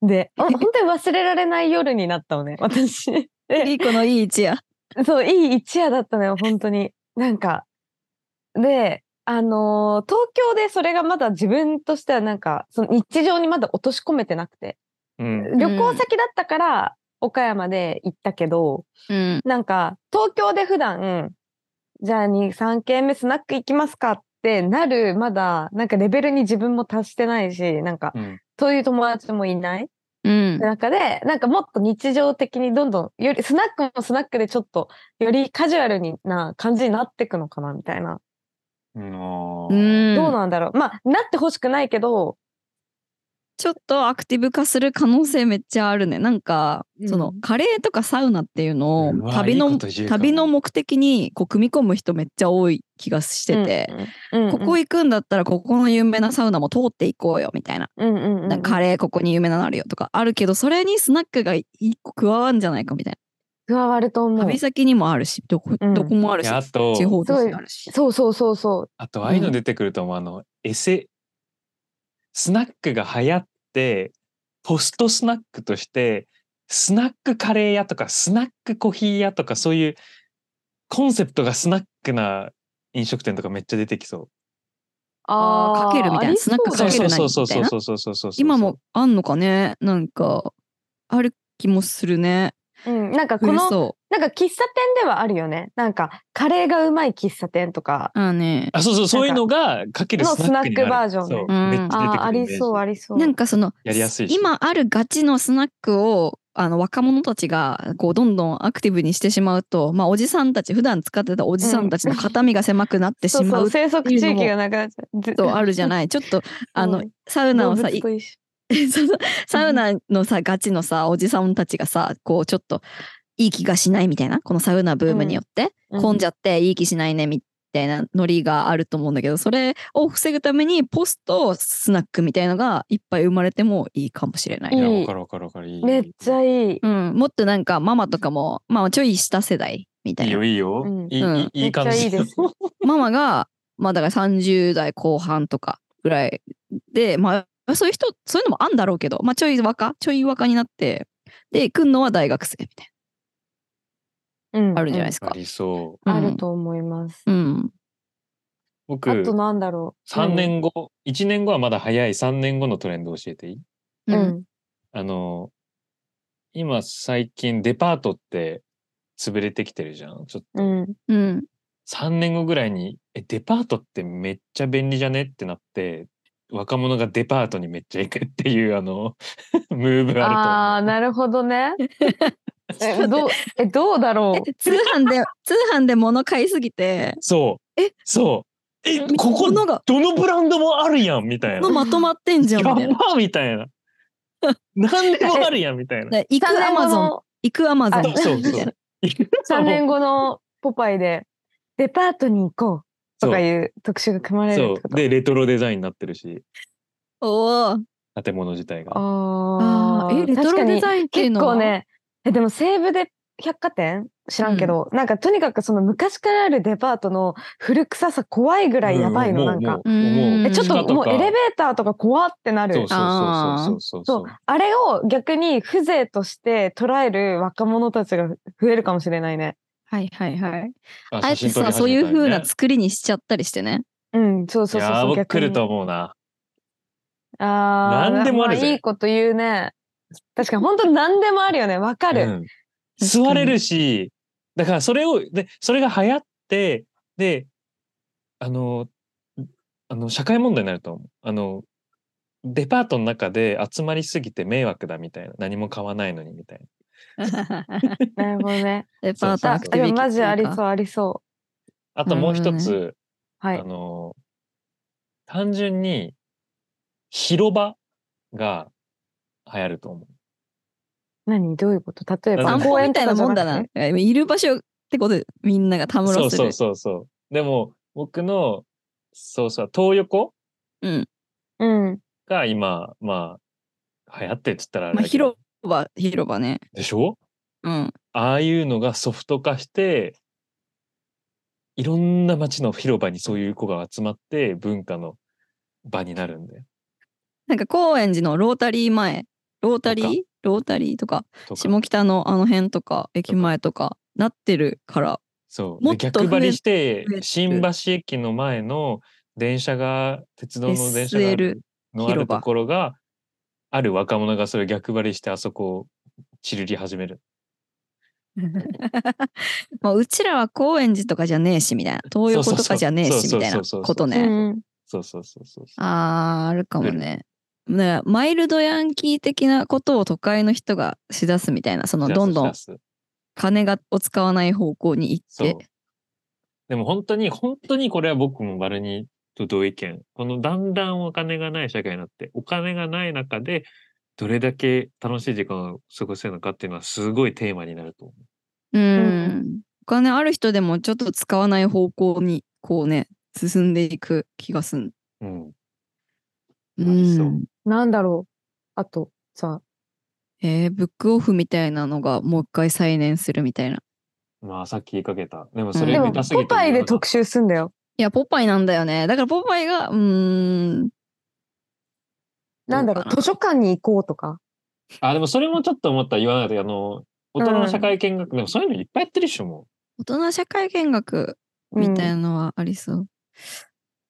Speaker 2: で、ほん本当に忘れられない夜になったのね、私。で
Speaker 1: リコのいい位置や。
Speaker 2: そう、いい一夜だったのよ、本当に。 なんか。で、あのー東京でそれがまだ自分としてはなんか、その日常にまだ落とし込めてなくて。
Speaker 3: うん。
Speaker 2: 旅行先だったから、岡山で行ったけど、
Speaker 1: うん。
Speaker 2: なんか、東京で普段、じゃあに3軒目スナック行きますかってなる、まだ、なんかレベルに自分も達してないし、なんか
Speaker 3: う、ん。
Speaker 2: そういう友達もいない
Speaker 1: うん。
Speaker 2: 中で、なんかもっと日常的にどんどん、より、スナックもスナックでちょっと、よりカジュアルにな感じになってくのかな、みたいな。
Speaker 3: うん。
Speaker 1: うん
Speaker 2: どうなんだろう。まあ、なってほしくないけど、
Speaker 1: ちょっとアクティブ化する可能性めっちゃあるね。なんか、
Speaker 2: うん
Speaker 1: そのカレーとかサウナっていうのを
Speaker 3: うわ
Speaker 1: 旅の
Speaker 3: いいこと言うかも
Speaker 1: 旅の目的にこう組み込む人めっちゃ多い気がしてて、
Speaker 2: うん、うん、うん、
Speaker 1: ここ行くんだったらここの有名なサウナも通っていこうよみたいな。
Speaker 2: うん、うん、うん。
Speaker 1: なんかカレーここに有名なのあるよとかあるけど、それにスナックが一個加わんじゃないかみたい
Speaker 2: 加わると思
Speaker 1: な。
Speaker 2: う
Speaker 1: 旅。先にもあるし、どこ,、
Speaker 2: うん
Speaker 1: どこもある
Speaker 3: い
Speaker 1: し
Speaker 3: や、あと
Speaker 1: 地、方都市にあるし。
Speaker 2: そうそうそうそう。
Speaker 3: あと、ああいうの出てくると思う、あの、エセ、スナックが流行って、ポストスナックとして、スナックカレー屋とか、スナックコーヒー屋とか、そういうコンセプトがスナックな飲食店とかめっちゃ出てきそう。
Speaker 1: あーかけるみたいな
Speaker 2: あり
Speaker 1: スナック
Speaker 2: そう
Speaker 1: かけ
Speaker 2: だ
Speaker 3: そ
Speaker 1: る
Speaker 3: う
Speaker 1: 何
Speaker 3: そうそう
Speaker 1: みたいな
Speaker 3: そうそうそうそうそう。
Speaker 1: 今もあんのかねなんか、ある気もするね。
Speaker 2: うん、なんかこ
Speaker 1: 古
Speaker 2: の、
Speaker 1: そ
Speaker 2: なんか喫茶店ではあるよね。なんか、カレーがうまい喫茶店とか、
Speaker 1: う。あのね、
Speaker 3: あ、そうそう、そういうのがかける
Speaker 2: の
Speaker 3: スナックになる
Speaker 2: スナックバージョンね
Speaker 3: そう
Speaker 1: うん
Speaker 3: めっちゃ出てくるイメージ
Speaker 2: あーありそう、ありそう。
Speaker 1: なんかその
Speaker 3: やりやすいし
Speaker 1: 今あるガチのスナックをあの若者たちがこうどんどんアクティブにしてしまうと、まあ、おじさんたち普段使ってたおじさんたちの肩身が狭くなってし
Speaker 2: そう
Speaker 1: ま
Speaker 2: そうう、生息地域がなくなっちゃう。ず
Speaker 1: とあるじゃないちょっとあの
Speaker 2: うん
Speaker 1: サウナを
Speaker 2: 動
Speaker 1: さ
Speaker 2: 物
Speaker 1: い
Speaker 2: と一緒
Speaker 1: そうそうサウナのさガチのさおじさんたちがさこうちょっといい気がしないみたいなこのサウナブームによって、混んじゃっていい気しないねみたいなノリがあると思うんだけどそれを防ぐためにポストスナックみたいのがいっぱい生まれてもいいかもしれない
Speaker 3: い
Speaker 1: な。
Speaker 2: い
Speaker 3: や、
Speaker 2: い
Speaker 3: わかるわかるわかる。いい
Speaker 2: めっちゃいい。
Speaker 1: うん、もっとなんかママとかも、まあ、ちょい下世代みた
Speaker 3: い
Speaker 1: い
Speaker 3: い
Speaker 1: な
Speaker 3: よ、いいよ
Speaker 2: うん。
Speaker 3: いいいいいい感じ。
Speaker 2: めっちゃいいで す。
Speaker 1: ママがまあだから30代後半とかぐらいでまあそういう人そういうのもあんだろうけど、まあ、ちょい若ちょい若になってで来んのは大学生みたい
Speaker 2: うん
Speaker 1: なあるじゃないで
Speaker 2: か。
Speaker 1: す
Speaker 3: あ
Speaker 1: か。
Speaker 3: りそう。
Speaker 2: うんあると思います。
Speaker 1: うん、
Speaker 3: 僕、
Speaker 2: あとなんだろう。
Speaker 3: 3年後、1年後はまだ早い3年後のトレンド教えていい
Speaker 1: うん
Speaker 2: うん。
Speaker 3: あの、今最近デパートって潰れてきてるじゃん。ちょっと
Speaker 2: うん。うん
Speaker 1: うん
Speaker 3: 3年後ぐらいに、え、デパートってめっちゃ便利じゃねってなって、若者がデパートにめっちゃ行くっていう、あの、 ムーブ
Speaker 2: あ
Speaker 3: あ
Speaker 2: あ、
Speaker 3: ると思う。
Speaker 2: なるほどね。 え、どう、え、どうだろう
Speaker 1: え。通販で通販で物買いすぎて
Speaker 3: そう。
Speaker 1: え
Speaker 3: そう。え、ここ、
Speaker 1: 物が
Speaker 3: どのブランドもあるやんみたいな
Speaker 1: の。まとまってんじゃ
Speaker 3: や
Speaker 1: んみたいな。
Speaker 3: ばみた いな。何でもあるやんみたいな。
Speaker 1: で行く
Speaker 2: 3
Speaker 1: ア
Speaker 2: 年
Speaker 1: マ
Speaker 2: 後
Speaker 1: ゾン
Speaker 2: の、
Speaker 1: 行くアマゾン
Speaker 3: そうそう
Speaker 1: み
Speaker 3: そ
Speaker 1: たいう な。
Speaker 2: 3年後のポパイで、デパートに行こう。とかいう特集が組まれる
Speaker 3: そ
Speaker 2: ってこ
Speaker 3: う。
Speaker 2: と
Speaker 3: で、レトロデザインになってるし、
Speaker 1: おお
Speaker 3: 建物自体が。
Speaker 2: あ
Speaker 1: あーえレトロデ
Speaker 2: イン
Speaker 1: ザインっていう
Speaker 2: 結
Speaker 1: のは
Speaker 2: 構ねえでも西武で百貨店知らんけど、なんかとにかくその昔からあるデパートの古臭さ怖いぐらいやばいの、
Speaker 3: うん
Speaker 2: なんか
Speaker 3: もうもう
Speaker 1: うん
Speaker 3: もう
Speaker 2: えちょっ
Speaker 3: 地下
Speaker 2: ともう
Speaker 3: か
Speaker 2: エレベーターとか怖ってなる
Speaker 3: そうそうそうそうそうそうそう。
Speaker 2: あれを逆に風情として捉える若者たちが増えるかもしれないね
Speaker 1: はいはいはい。
Speaker 3: あ
Speaker 1: あえてさ、そういう風な作りにしちゃったりしてね。
Speaker 2: うんそうそう
Speaker 3: そ
Speaker 2: う
Speaker 3: い
Speaker 2: そう
Speaker 3: や
Speaker 2: そ
Speaker 3: ー
Speaker 2: う
Speaker 3: 僕来ると
Speaker 2: に
Speaker 3: 思うな。
Speaker 2: あー
Speaker 3: 何でもあるぜ
Speaker 2: まいいこと言うね確かに本当何でもあるよねわかる、
Speaker 3: うん座れるし、だからそれを、で、それが流行って、で、あの、あの、社会問題になると思う。あの、デパートの中で集まりすぎて迷惑だみたいな。何も買わないのにみたいな。
Speaker 2: なるほど ね
Speaker 1: デパート
Speaker 3: そう
Speaker 1: ア
Speaker 2: あ
Speaker 1: クテ
Speaker 2: で
Speaker 1: ィビ
Speaker 2: も
Speaker 1: ティ
Speaker 2: マジありそう
Speaker 1: う。
Speaker 2: ありそ
Speaker 3: あともう
Speaker 1: な
Speaker 3: 一
Speaker 1: るほ
Speaker 3: つ、
Speaker 2: うはい
Speaker 3: あの、単純に、広場が流行ると思う。
Speaker 2: 何どういうこと例えば
Speaker 3: 散
Speaker 1: 散
Speaker 3: 歩
Speaker 1: 歩みたいなもんだ
Speaker 2: 公園
Speaker 1: な
Speaker 2: とかじゃくて。
Speaker 1: いる場所ってことでみんながたむ
Speaker 3: そ
Speaker 1: ろ
Speaker 3: う
Speaker 1: す
Speaker 3: そう
Speaker 1: る。
Speaker 3: そうそう。でも、僕の、そうそう、東横
Speaker 2: うん。
Speaker 3: が今、まあ、流行ってって言ったらあれ
Speaker 1: まあ、
Speaker 3: だけど
Speaker 1: 広場、広場ね。
Speaker 3: でしょ
Speaker 1: うん。
Speaker 3: ああいうのがソフト化して、いろんな街の広場にそういう子が集まって文化の場になるんだよ。
Speaker 1: なんか高円寺のロータリー前、ロータリ
Speaker 3: と
Speaker 1: ーロータリーとか、
Speaker 3: とか
Speaker 1: 下北のあの辺とか、駅前とか、なってるから、
Speaker 3: そう。
Speaker 1: も
Speaker 3: で
Speaker 1: っと
Speaker 3: 逆張
Speaker 1: 増え
Speaker 3: りして
Speaker 1: 増え、る
Speaker 3: 新橋駅の前の電車が、鉄道の電車がある
Speaker 1: SL
Speaker 3: のある
Speaker 1: 広場
Speaker 3: ところが、ある若者がそれを逆張りして、あそこを散り始める。
Speaker 1: もううちらは高円寺とかじゃねえし、みたいな。東横とかじゃねえし、
Speaker 3: そうそうそう
Speaker 1: みたいな
Speaker 3: そうそうそうそう
Speaker 1: ことね。
Speaker 2: うん。
Speaker 3: そうそうそうそうそう。
Speaker 1: あー、あるかも
Speaker 3: 来る
Speaker 1: ね。ねマイルドヤンキー的なことを都会の人がしだすみたいな、そのどんどん
Speaker 3: シラス
Speaker 1: 金がを使わない方向に行っ
Speaker 3: そう
Speaker 1: て。。
Speaker 3: でも本当に、本当にこれは僕もバルニーと同意見。このだんだんお金がない社会になって、お金がない中で、どれだけ楽しい時間を過ごせるのかっていうのはすごいテーマになると思う。
Speaker 1: うん。お金ある人でもちょっと使わない方向にこうね、進んでいく気がすん。
Speaker 3: うん。
Speaker 1: う。
Speaker 3: りそうん
Speaker 2: なんだろう。あと、さ、
Speaker 1: えー、ブックオフみたいなのがもう一回再燃するみたいな。
Speaker 3: まあさっき言いかけた。でもそ
Speaker 1: うん
Speaker 3: れ
Speaker 2: で
Speaker 3: 見
Speaker 2: も、
Speaker 3: たすぎ
Speaker 2: ポ
Speaker 3: て
Speaker 2: パイで
Speaker 3: もうなん
Speaker 2: 特
Speaker 3: か
Speaker 2: 集すんだよ。
Speaker 1: いや、ポパイなんだよね。だからポパイが、うーん。
Speaker 2: なんだ
Speaker 1: どう
Speaker 2: ろう、
Speaker 1: かな
Speaker 2: 図書館に行こうとか。
Speaker 3: あ、でもそれもちょっと思った言わないと、あの、大人の社会見学、でもそういうのいっぱいやってるっしょ、も
Speaker 1: 大人社会見学
Speaker 2: うん
Speaker 1: みたいなのはありそう。
Speaker 3: う。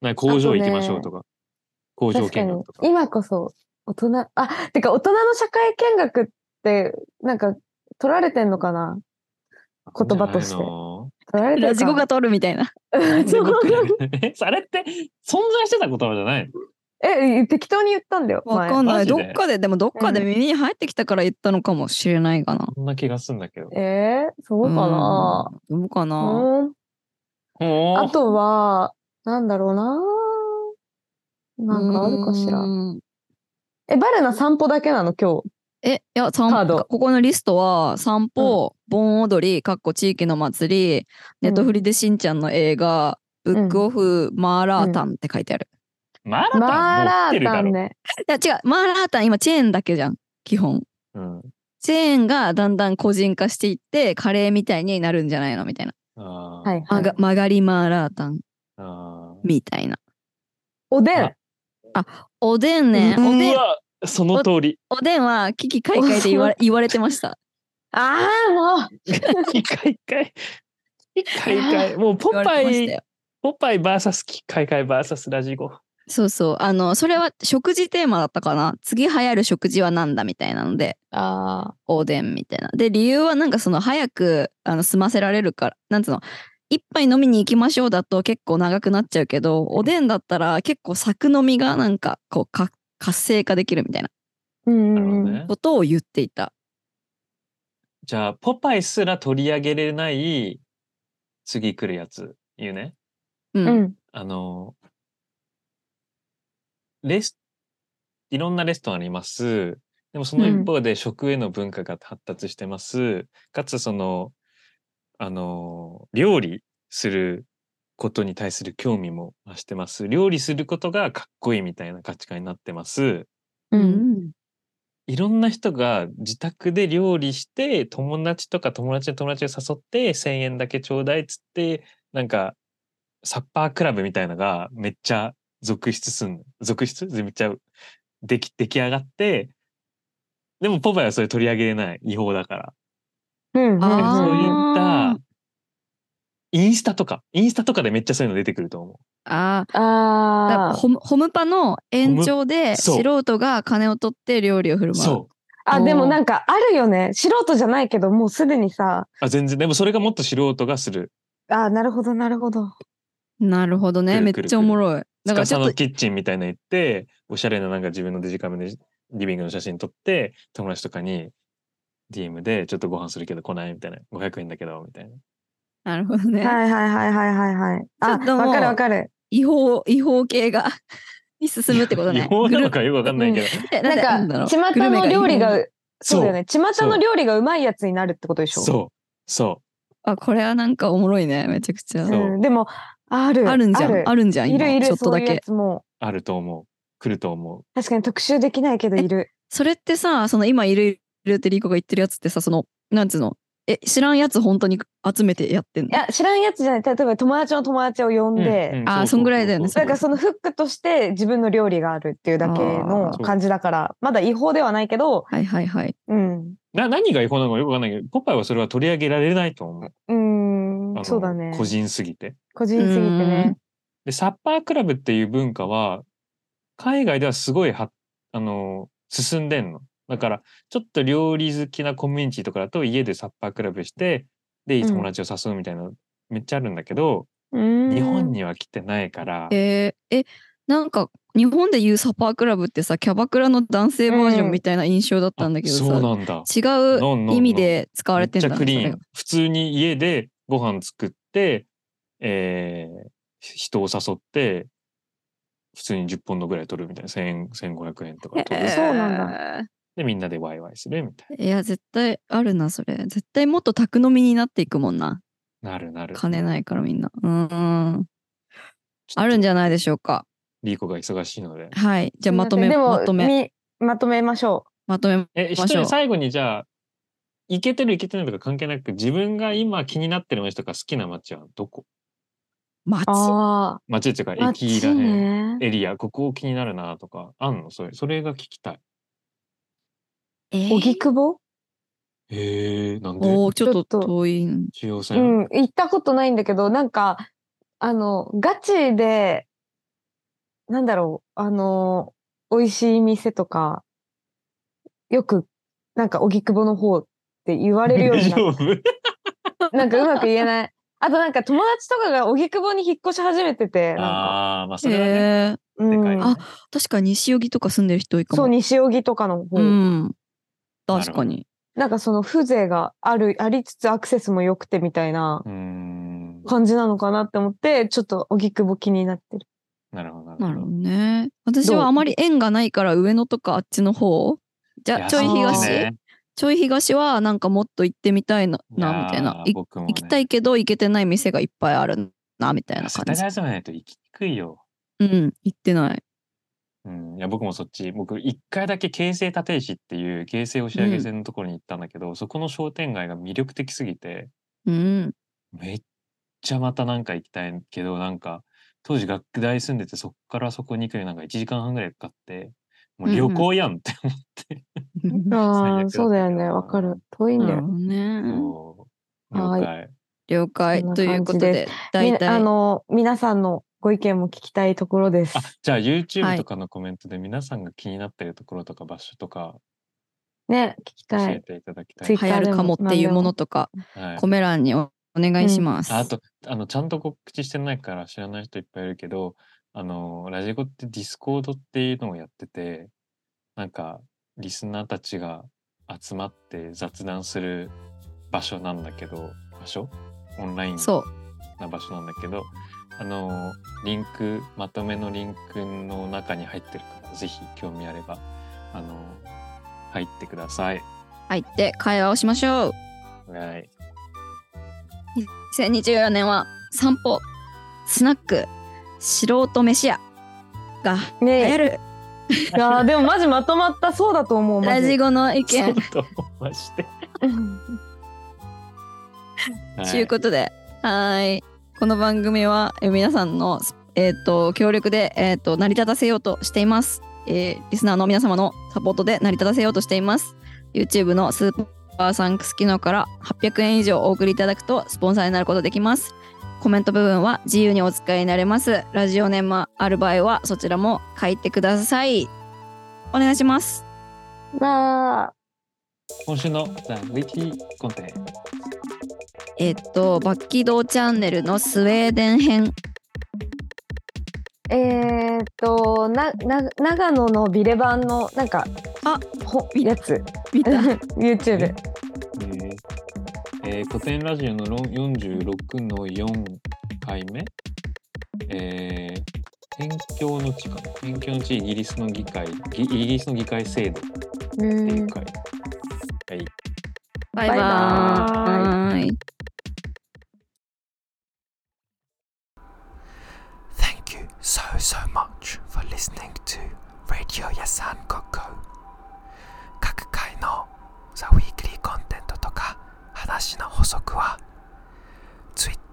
Speaker 3: なんか工場行きましょうとか。工場
Speaker 2: 確か
Speaker 3: 見
Speaker 2: に
Speaker 3: 学とか。
Speaker 2: 今こそ大人あてか大人の社会見学ってなんか取られてんのかな言葉として
Speaker 3: あるんじゃないの
Speaker 2: 取られてるか
Speaker 1: ラジゴが撮るみたいな。
Speaker 2: うんそう
Speaker 3: 僕らえあれって存在してた言葉じゃないの
Speaker 2: え適当に言ったんだよ
Speaker 1: わかんな
Speaker 3: マ
Speaker 1: い。
Speaker 3: ジ
Speaker 1: ど
Speaker 3: で
Speaker 1: っかで、でもどっかで耳に入ってきたから言ったのかもしれないがな。
Speaker 3: そんな気がするんだけど。
Speaker 2: 前えー、そうかな
Speaker 1: うんどうか
Speaker 2: う
Speaker 1: な。
Speaker 2: ん
Speaker 3: おー
Speaker 2: あとはなんだろうななんかあるかし
Speaker 1: う
Speaker 2: ら
Speaker 1: ーん
Speaker 2: えバレナ散歩だけなの今日
Speaker 1: え、いや、散
Speaker 2: カード
Speaker 1: 歩、ここのリストは、散歩、盆踊り、かっこ地域の祭り、ネットフリでしんちゃんの映画、ブックオフ、マーラータンって書いてある。
Speaker 3: マーラタン
Speaker 2: マー
Speaker 3: もう
Speaker 2: ラ
Speaker 3: 来て
Speaker 2: ー
Speaker 3: るだ
Speaker 2: タ
Speaker 3: ろ
Speaker 2: ン。ね
Speaker 1: いや、違う、マーラータン、今、チェーンだけじゃん、基本。
Speaker 3: うん
Speaker 1: チェーンがだんだん個人化していって、カレーみたいになるんじゃないのみたいな。
Speaker 3: あー
Speaker 2: はいは
Speaker 1: 曲が
Speaker 2: い
Speaker 1: 曲がりマーラータン
Speaker 3: あー
Speaker 1: みたいな。
Speaker 2: おでん
Speaker 3: あ
Speaker 1: おでんね、おで、
Speaker 3: うんわ、その通り。
Speaker 1: おでんは、危機開会で言われ言われてました。
Speaker 2: ああもう
Speaker 3: 機械会。機械会。もうポ
Speaker 1: 言われ
Speaker 3: パ
Speaker 1: てました
Speaker 3: イ
Speaker 1: よ。
Speaker 3: ポパイ VS 機械会 VS ラジゴ。
Speaker 1: そうそう。あの、それは食事テーマだったかな。次流行る食事は何だみたいなので、
Speaker 2: あ
Speaker 1: おでんみたいな。で、理由はなんかその早くあの済ませられるから、なんつうの、一杯飲みに行きましょうだと結構長くなっちゃうけど、おでんだったら結構作飲みがなんかこうか活性化できるみたいな
Speaker 2: ーうん
Speaker 3: な
Speaker 2: う
Speaker 3: るほど
Speaker 2: んうん
Speaker 3: ね
Speaker 1: こ。とを言っていた。
Speaker 3: じゃあ、ポパイすら取り上げれない次来るやつ言うね。
Speaker 1: うん。
Speaker 2: うん
Speaker 3: あの、レス、いろんなレストランあります。でもその
Speaker 2: うん
Speaker 3: 一方で食への文化が発達してます。かつその、あの、料理することに対する興味も増してます。料理することがかっこいいみたいな価値観になってます。
Speaker 2: う
Speaker 1: うんん。
Speaker 3: いろんな人が自宅で料理して、友達とか友達の友達を誘って、1000円だけちょうだいっつって、なんか、サッパークラブみたいのがめっちゃ続出すんの。続出めっちゃでき、出来上がって、でもポパイはそれ取り上げれない。違法だから。
Speaker 2: うん
Speaker 1: あ
Speaker 3: で
Speaker 1: ー
Speaker 3: もそういった
Speaker 1: あー、
Speaker 3: インスタとか、インスタとかでめっちゃそういうの出てくると思
Speaker 1: ああ、だから
Speaker 2: あー
Speaker 1: ホムホムパの延長で
Speaker 3: そう
Speaker 1: 素人が金を取って料理を振る
Speaker 3: う。
Speaker 1: 舞う。
Speaker 3: そう。
Speaker 2: あ、
Speaker 1: おー
Speaker 2: でもなんかあるよね。素人じゃないけど、もうすでにさ、
Speaker 3: あ、全然。でもそれがもっと素人がする。
Speaker 2: あーなるほど、なるほど。
Speaker 1: なるほどね。
Speaker 3: く
Speaker 1: め
Speaker 3: る
Speaker 1: っ
Speaker 3: くる
Speaker 1: ちゃおもろい。だからち
Speaker 3: 司
Speaker 1: ょっ
Speaker 3: の
Speaker 1: と
Speaker 3: キッチンみたいなの行って、おしゃれななんか自分のデジカメでリビングの写真撮って、友達とかに DM でちょっとご飯するけど来ないみたいな。500円だけど、みたいな。
Speaker 1: なるほどね。
Speaker 2: はいはいはいはいはいはい。あ、
Speaker 1: ちょっともう
Speaker 2: わかるわかる。
Speaker 1: 違法、違法系が。に進むって ことね。
Speaker 3: 洋なのか
Speaker 1: グ
Speaker 3: よくわかんないけど。
Speaker 1: ルえなんでな
Speaker 2: なん
Speaker 1: んだろ
Speaker 2: か、
Speaker 1: う
Speaker 2: 巷の料理。
Speaker 1: グルメがいい
Speaker 2: が、そうだよね。巷の料理がうまいやつになるってことでしょ
Speaker 3: そう。そ
Speaker 1: あ、これはなんかおもろいね。めちゃくちゃ
Speaker 3: そ。う
Speaker 2: うんでも、ある。
Speaker 1: あるんじゃん。あるんじゃん。
Speaker 2: い
Speaker 1: 今
Speaker 2: るいる、
Speaker 1: ちょっとだ
Speaker 2: そういうや
Speaker 1: け。
Speaker 2: つも。
Speaker 3: う。あると思う。来ると思う。
Speaker 2: 確かに特集できないけどいる。
Speaker 1: それってさ、その今いるいるってリコが言ってるやつってさ、その、なんつうの、え、知らんやつ本当に集めてやってん
Speaker 2: い
Speaker 1: の
Speaker 2: や、知らんやつじゃない。例えば友達の友達を呼んで、
Speaker 3: うう
Speaker 1: あーそんぐらいだよね
Speaker 2: なんかそのフックとして自分の料理があるっていうだけ
Speaker 1: あ
Speaker 2: の
Speaker 3: ー
Speaker 2: 感じだから、まだ違法ではないけど、
Speaker 1: はいはいはい。
Speaker 2: うん。
Speaker 3: な何が違法なのかよくわかんないけど、ポパイはそれは取り上げられないと思う
Speaker 2: う
Speaker 3: あ
Speaker 2: ー
Speaker 3: の。
Speaker 2: ん、そうだね。
Speaker 3: 個人すぎて。
Speaker 2: 個人すぎてね。
Speaker 3: で、サッパークラブっていう文化は、海外ではすごいは、あの、進んでんの。だから、ちょっと料理好きなコミュニティとかだと、家でサッパークラブして、で、
Speaker 2: うん
Speaker 3: 友達を誘うみたいな、めっちゃあるんだけど、
Speaker 2: うーん
Speaker 3: 日本には来てないから、
Speaker 1: えーえ、なんか、日本でいうサパークラブってさ、キャバクラの男性バージョンみたいな印象だったんだけど
Speaker 3: あそう
Speaker 1: さ、
Speaker 3: なんだ。
Speaker 1: 違
Speaker 3: なんなんな
Speaker 1: うん意味で使わ
Speaker 3: め
Speaker 1: れ
Speaker 3: って
Speaker 1: ん
Speaker 3: ち
Speaker 1: だね
Speaker 3: ゃクリ
Speaker 1: そ
Speaker 3: ー
Speaker 1: れが
Speaker 3: ン。普通に家でご飯作って、えー人を誘って、普通に10本のぐらい取るみたいな、1000円、1500円とか取る
Speaker 2: へ。そうなん
Speaker 1: だ。
Speaker 3: で、みんなでワイワイするみたい
Speaker 1: いや、絶対あるな、それ。絶対もっと宅飲みになっていくもんな。
Speaker 3: な。なるなる。
Speaker 1: 金ないからみんな。うんうん。
Speaker 3: ちょっと
Speaker 1: あるんじゃないでしょうか。
Speaker 3: リーコが忙しいので。
Speaker 1: はい。じゃあまと
Speaker 2: す
Speaker 1: め、
Speaker 2: いせんでも
Speaker 1: まとめ、
Speaker 2: みまとめましょ
Speaker 1: まとめ。
Speaker 3: え、
Speaker 1: しょ
Speaker 3: 一
Speaker 1: う
Speaker 3: 人最後にじゃあ、行けてる行けてないとか関係なく、自分が今気になってる街とか好きな街はどこ
Speaker 2: う。
Speaker 1: 街
Speaker 2: あ
Speaker 3: 街っていうか、
Speaker 2: あ、
Speaker 3: 駅らへん、
Speaker 2: ね。
Speaker 3: エリア、ここ気になるなとか、あんのそれ、それが聞きたい。
Speaker 1: え
Speaker 2: 荻窪
Speaker 3: へえ、なんで
Speaker 1: おーちょっ
Speaker 2: ちょっ
Speaker 1: と
Speaker 2: と
Speaker 1: 遠いん。
Speaker 3: 中央
Speaker 2: う
Speaker 3: 線、
Speaker 2: ん、行ったことないんだけど、なんか、あの、ガチで、なんだろう、あの、美味しい店とか、よく、なんか、荻窪の方って言われるよう
Speaker 3: 大
Speaker 2: になっ
Speaker 3: 丈夫
Speaker 2: なんかうまく言えない。あとなんか友達とかが荻窪に引っ越し始めてて、なんか、
Speaker 3: ああ、まあそれはね、
Speaker 1: えー、
Speaker 2: うん
Speaker 3: でかいね
Speaker 1: あ確かに西荻とか住んでる人多いかも。
Speaker 2: そう、西荻とかの方、
Speaker 1: うん。
Speaker 3: ど
Speaker 1: 確かに。
Speaker 2: なんかその風情がある、ありつつアクセスも良くてみたいな
Speaker 3: うーん、
Speaker 2: 感じなのかなって思って、ちょっと荻窪気になってる。
Speaker 3: なるほど、
Speaker 1: なるほ
Speaker 3: ほ
Speaker 1: どね。私
Speaker 2: どう
Speaker 1: はあまり縁がないから上野とかあっちの方じ
Speaker 3: い
Speaker 1: ゃ
Speaker 3: や
Speaker 1: あちょい
Speaker 2: そ
Speaker 1: 東、
Speaker 2: う
Speaker 3: ね
Speaker 1: ちょい東はなんかもっと行ってみたいななみたいな。
Speaker 3: やー
Speaker 1: い
Speaker 3: 僕もね
Speaker 1: 行きたいけど行けてない店がいっぱいあるなみたいな
Speaker 3: 世
Speaker 1: 感
Speaker 3: 田
Speaker 1: じ。
Speaker 3: 谷じゃないと行きにくいよ。
Speaker 1: うん、行ってない。
Speaker 3: うん、いや僕もそっち僕一回だけ京成立石っていう京成押上線のところに行ったんだけど、そこの商店街が魅力的すぎて
Speaker 1: うん。
Speaker 3: めっちゃまたなんか行きたいけどなんか当時学大住んでてそっからそこに行くのになんか1時間半ぐらいかかってもう旅行やんって思って、
Speaker 2: あ
Speaker 3: 最
Speaker 2: あ、
Speaker 3: 悪
Speaker 2: そうだよね。わかる。遠いんだ
Speaker 1: なる
Speaker 2: よ。
Speaker 1: ほどね。
Speaker 3: そう
Speaker 2: はい
Speaker 3: 了
Speaker 1: 了解
Speaker 3: 解
Speaker 2: そんな
Speaker 1: ということ
Speaker 2: 感じ
Speaker 1: で、大
Speaker 2: みあ
Speaker 1: 体。
Speaker 2: の、皆さんのご意見も聞きたいところです
Speaker 3: あ。じゃあ
Speaker 1: は
Speaker 3: YouTube
Speaker 1: い
Speaker 3: とかのコメントで皆さんが気になってるところとか場所とか
Speaker 2: ね、聞き
Speaker 3: 教
Speaker 2: た
Speaker 3: え
Speaker 2: い。
Speaker 3: ていただきた
Speaker 2: ツ
Speaker 3: い
Speaker 2: イ
Speaker 1: 流
Speaker 2: ッ、タ
Speaker 1: 行
Speaker 2: ーで
Speaker 1: る
Speaker 2: も
Speaker 1: かもっていうものとか、
Speaker 3: はい
Speaker 1: コメ欄におお願いします。
Speaker 3: ああと、あの、ちゃんと告知してないから知らない人いっぱいいるけど、あの、ラジコってディスコードっていうのをやってて、なんか、リスナーたちが集まって雑談する場所なんだけど、場所オンライン
Speaker 1: そう。
Speaker 3: な場所なんだけど、あの、リンク、まとめのリンクの中に入ってるから、ぜひ興味あれば、あの、入ってください。
Speaker 1: 入って会話をしましょう。
Speaker 3: はい。
Speaker 1: 2024年は散歩、スナック、素人飯屋が流行
Speaker 2: ね
Speaker 1: る。
Speaker 2: いやーでもマジまとまったそうだと思う。マ
Speaker 1: ラ
Speaker 2: ジ
Speaker 1: ジゴの意
Speaker 3: そう
Speaker 1: 見。
Speaker 3: と思いまして。はい
Speaker 1: ということで、はーい。この番組はえー皆さんの、えー、と協力で、えー、と成り立たせようとしています、えーリスナーの皆様のサポートで成り立たせようとしています YouTube のスーパーサンクス機能から800円以上お送りいただくとスポンサーになることできますコメント部分は自由にお使いになれますラジオネームある場合はそちらも書いてくださいお願いします
Speaker 2: まあ、
Speaker 3: 今週のザ・ウィキコンテ
Speaker 1: えっ、とバッキードーチャンネルのスウェーデン編
Speaker 2: えー、っとなな長野のビレ版のなんか
Speaker 1: あ
Speaker 2: ほ
Speaker 1: 見た
Speaker 2: やつ
Speaker 1: 見た
Speaker 2: YouTube
Speaker 3: えーえー古典ラジオの論46の4回目えー辺境の地かな辺境の地イギリスの議会ぎイギリスの議会制度っ
Speaker 2: う
Speaker 3: てい
Speaker 2: ん
Speaker 3: う会、はい
Speaker 1: バイバ
Speaker 2: バイバ
Speaker 1: ーイ。
Speaker 4: Thank you so, so much for listening to Radio Yasan Koko. 各回の The Weekly コンテントとか話の補足は Twitter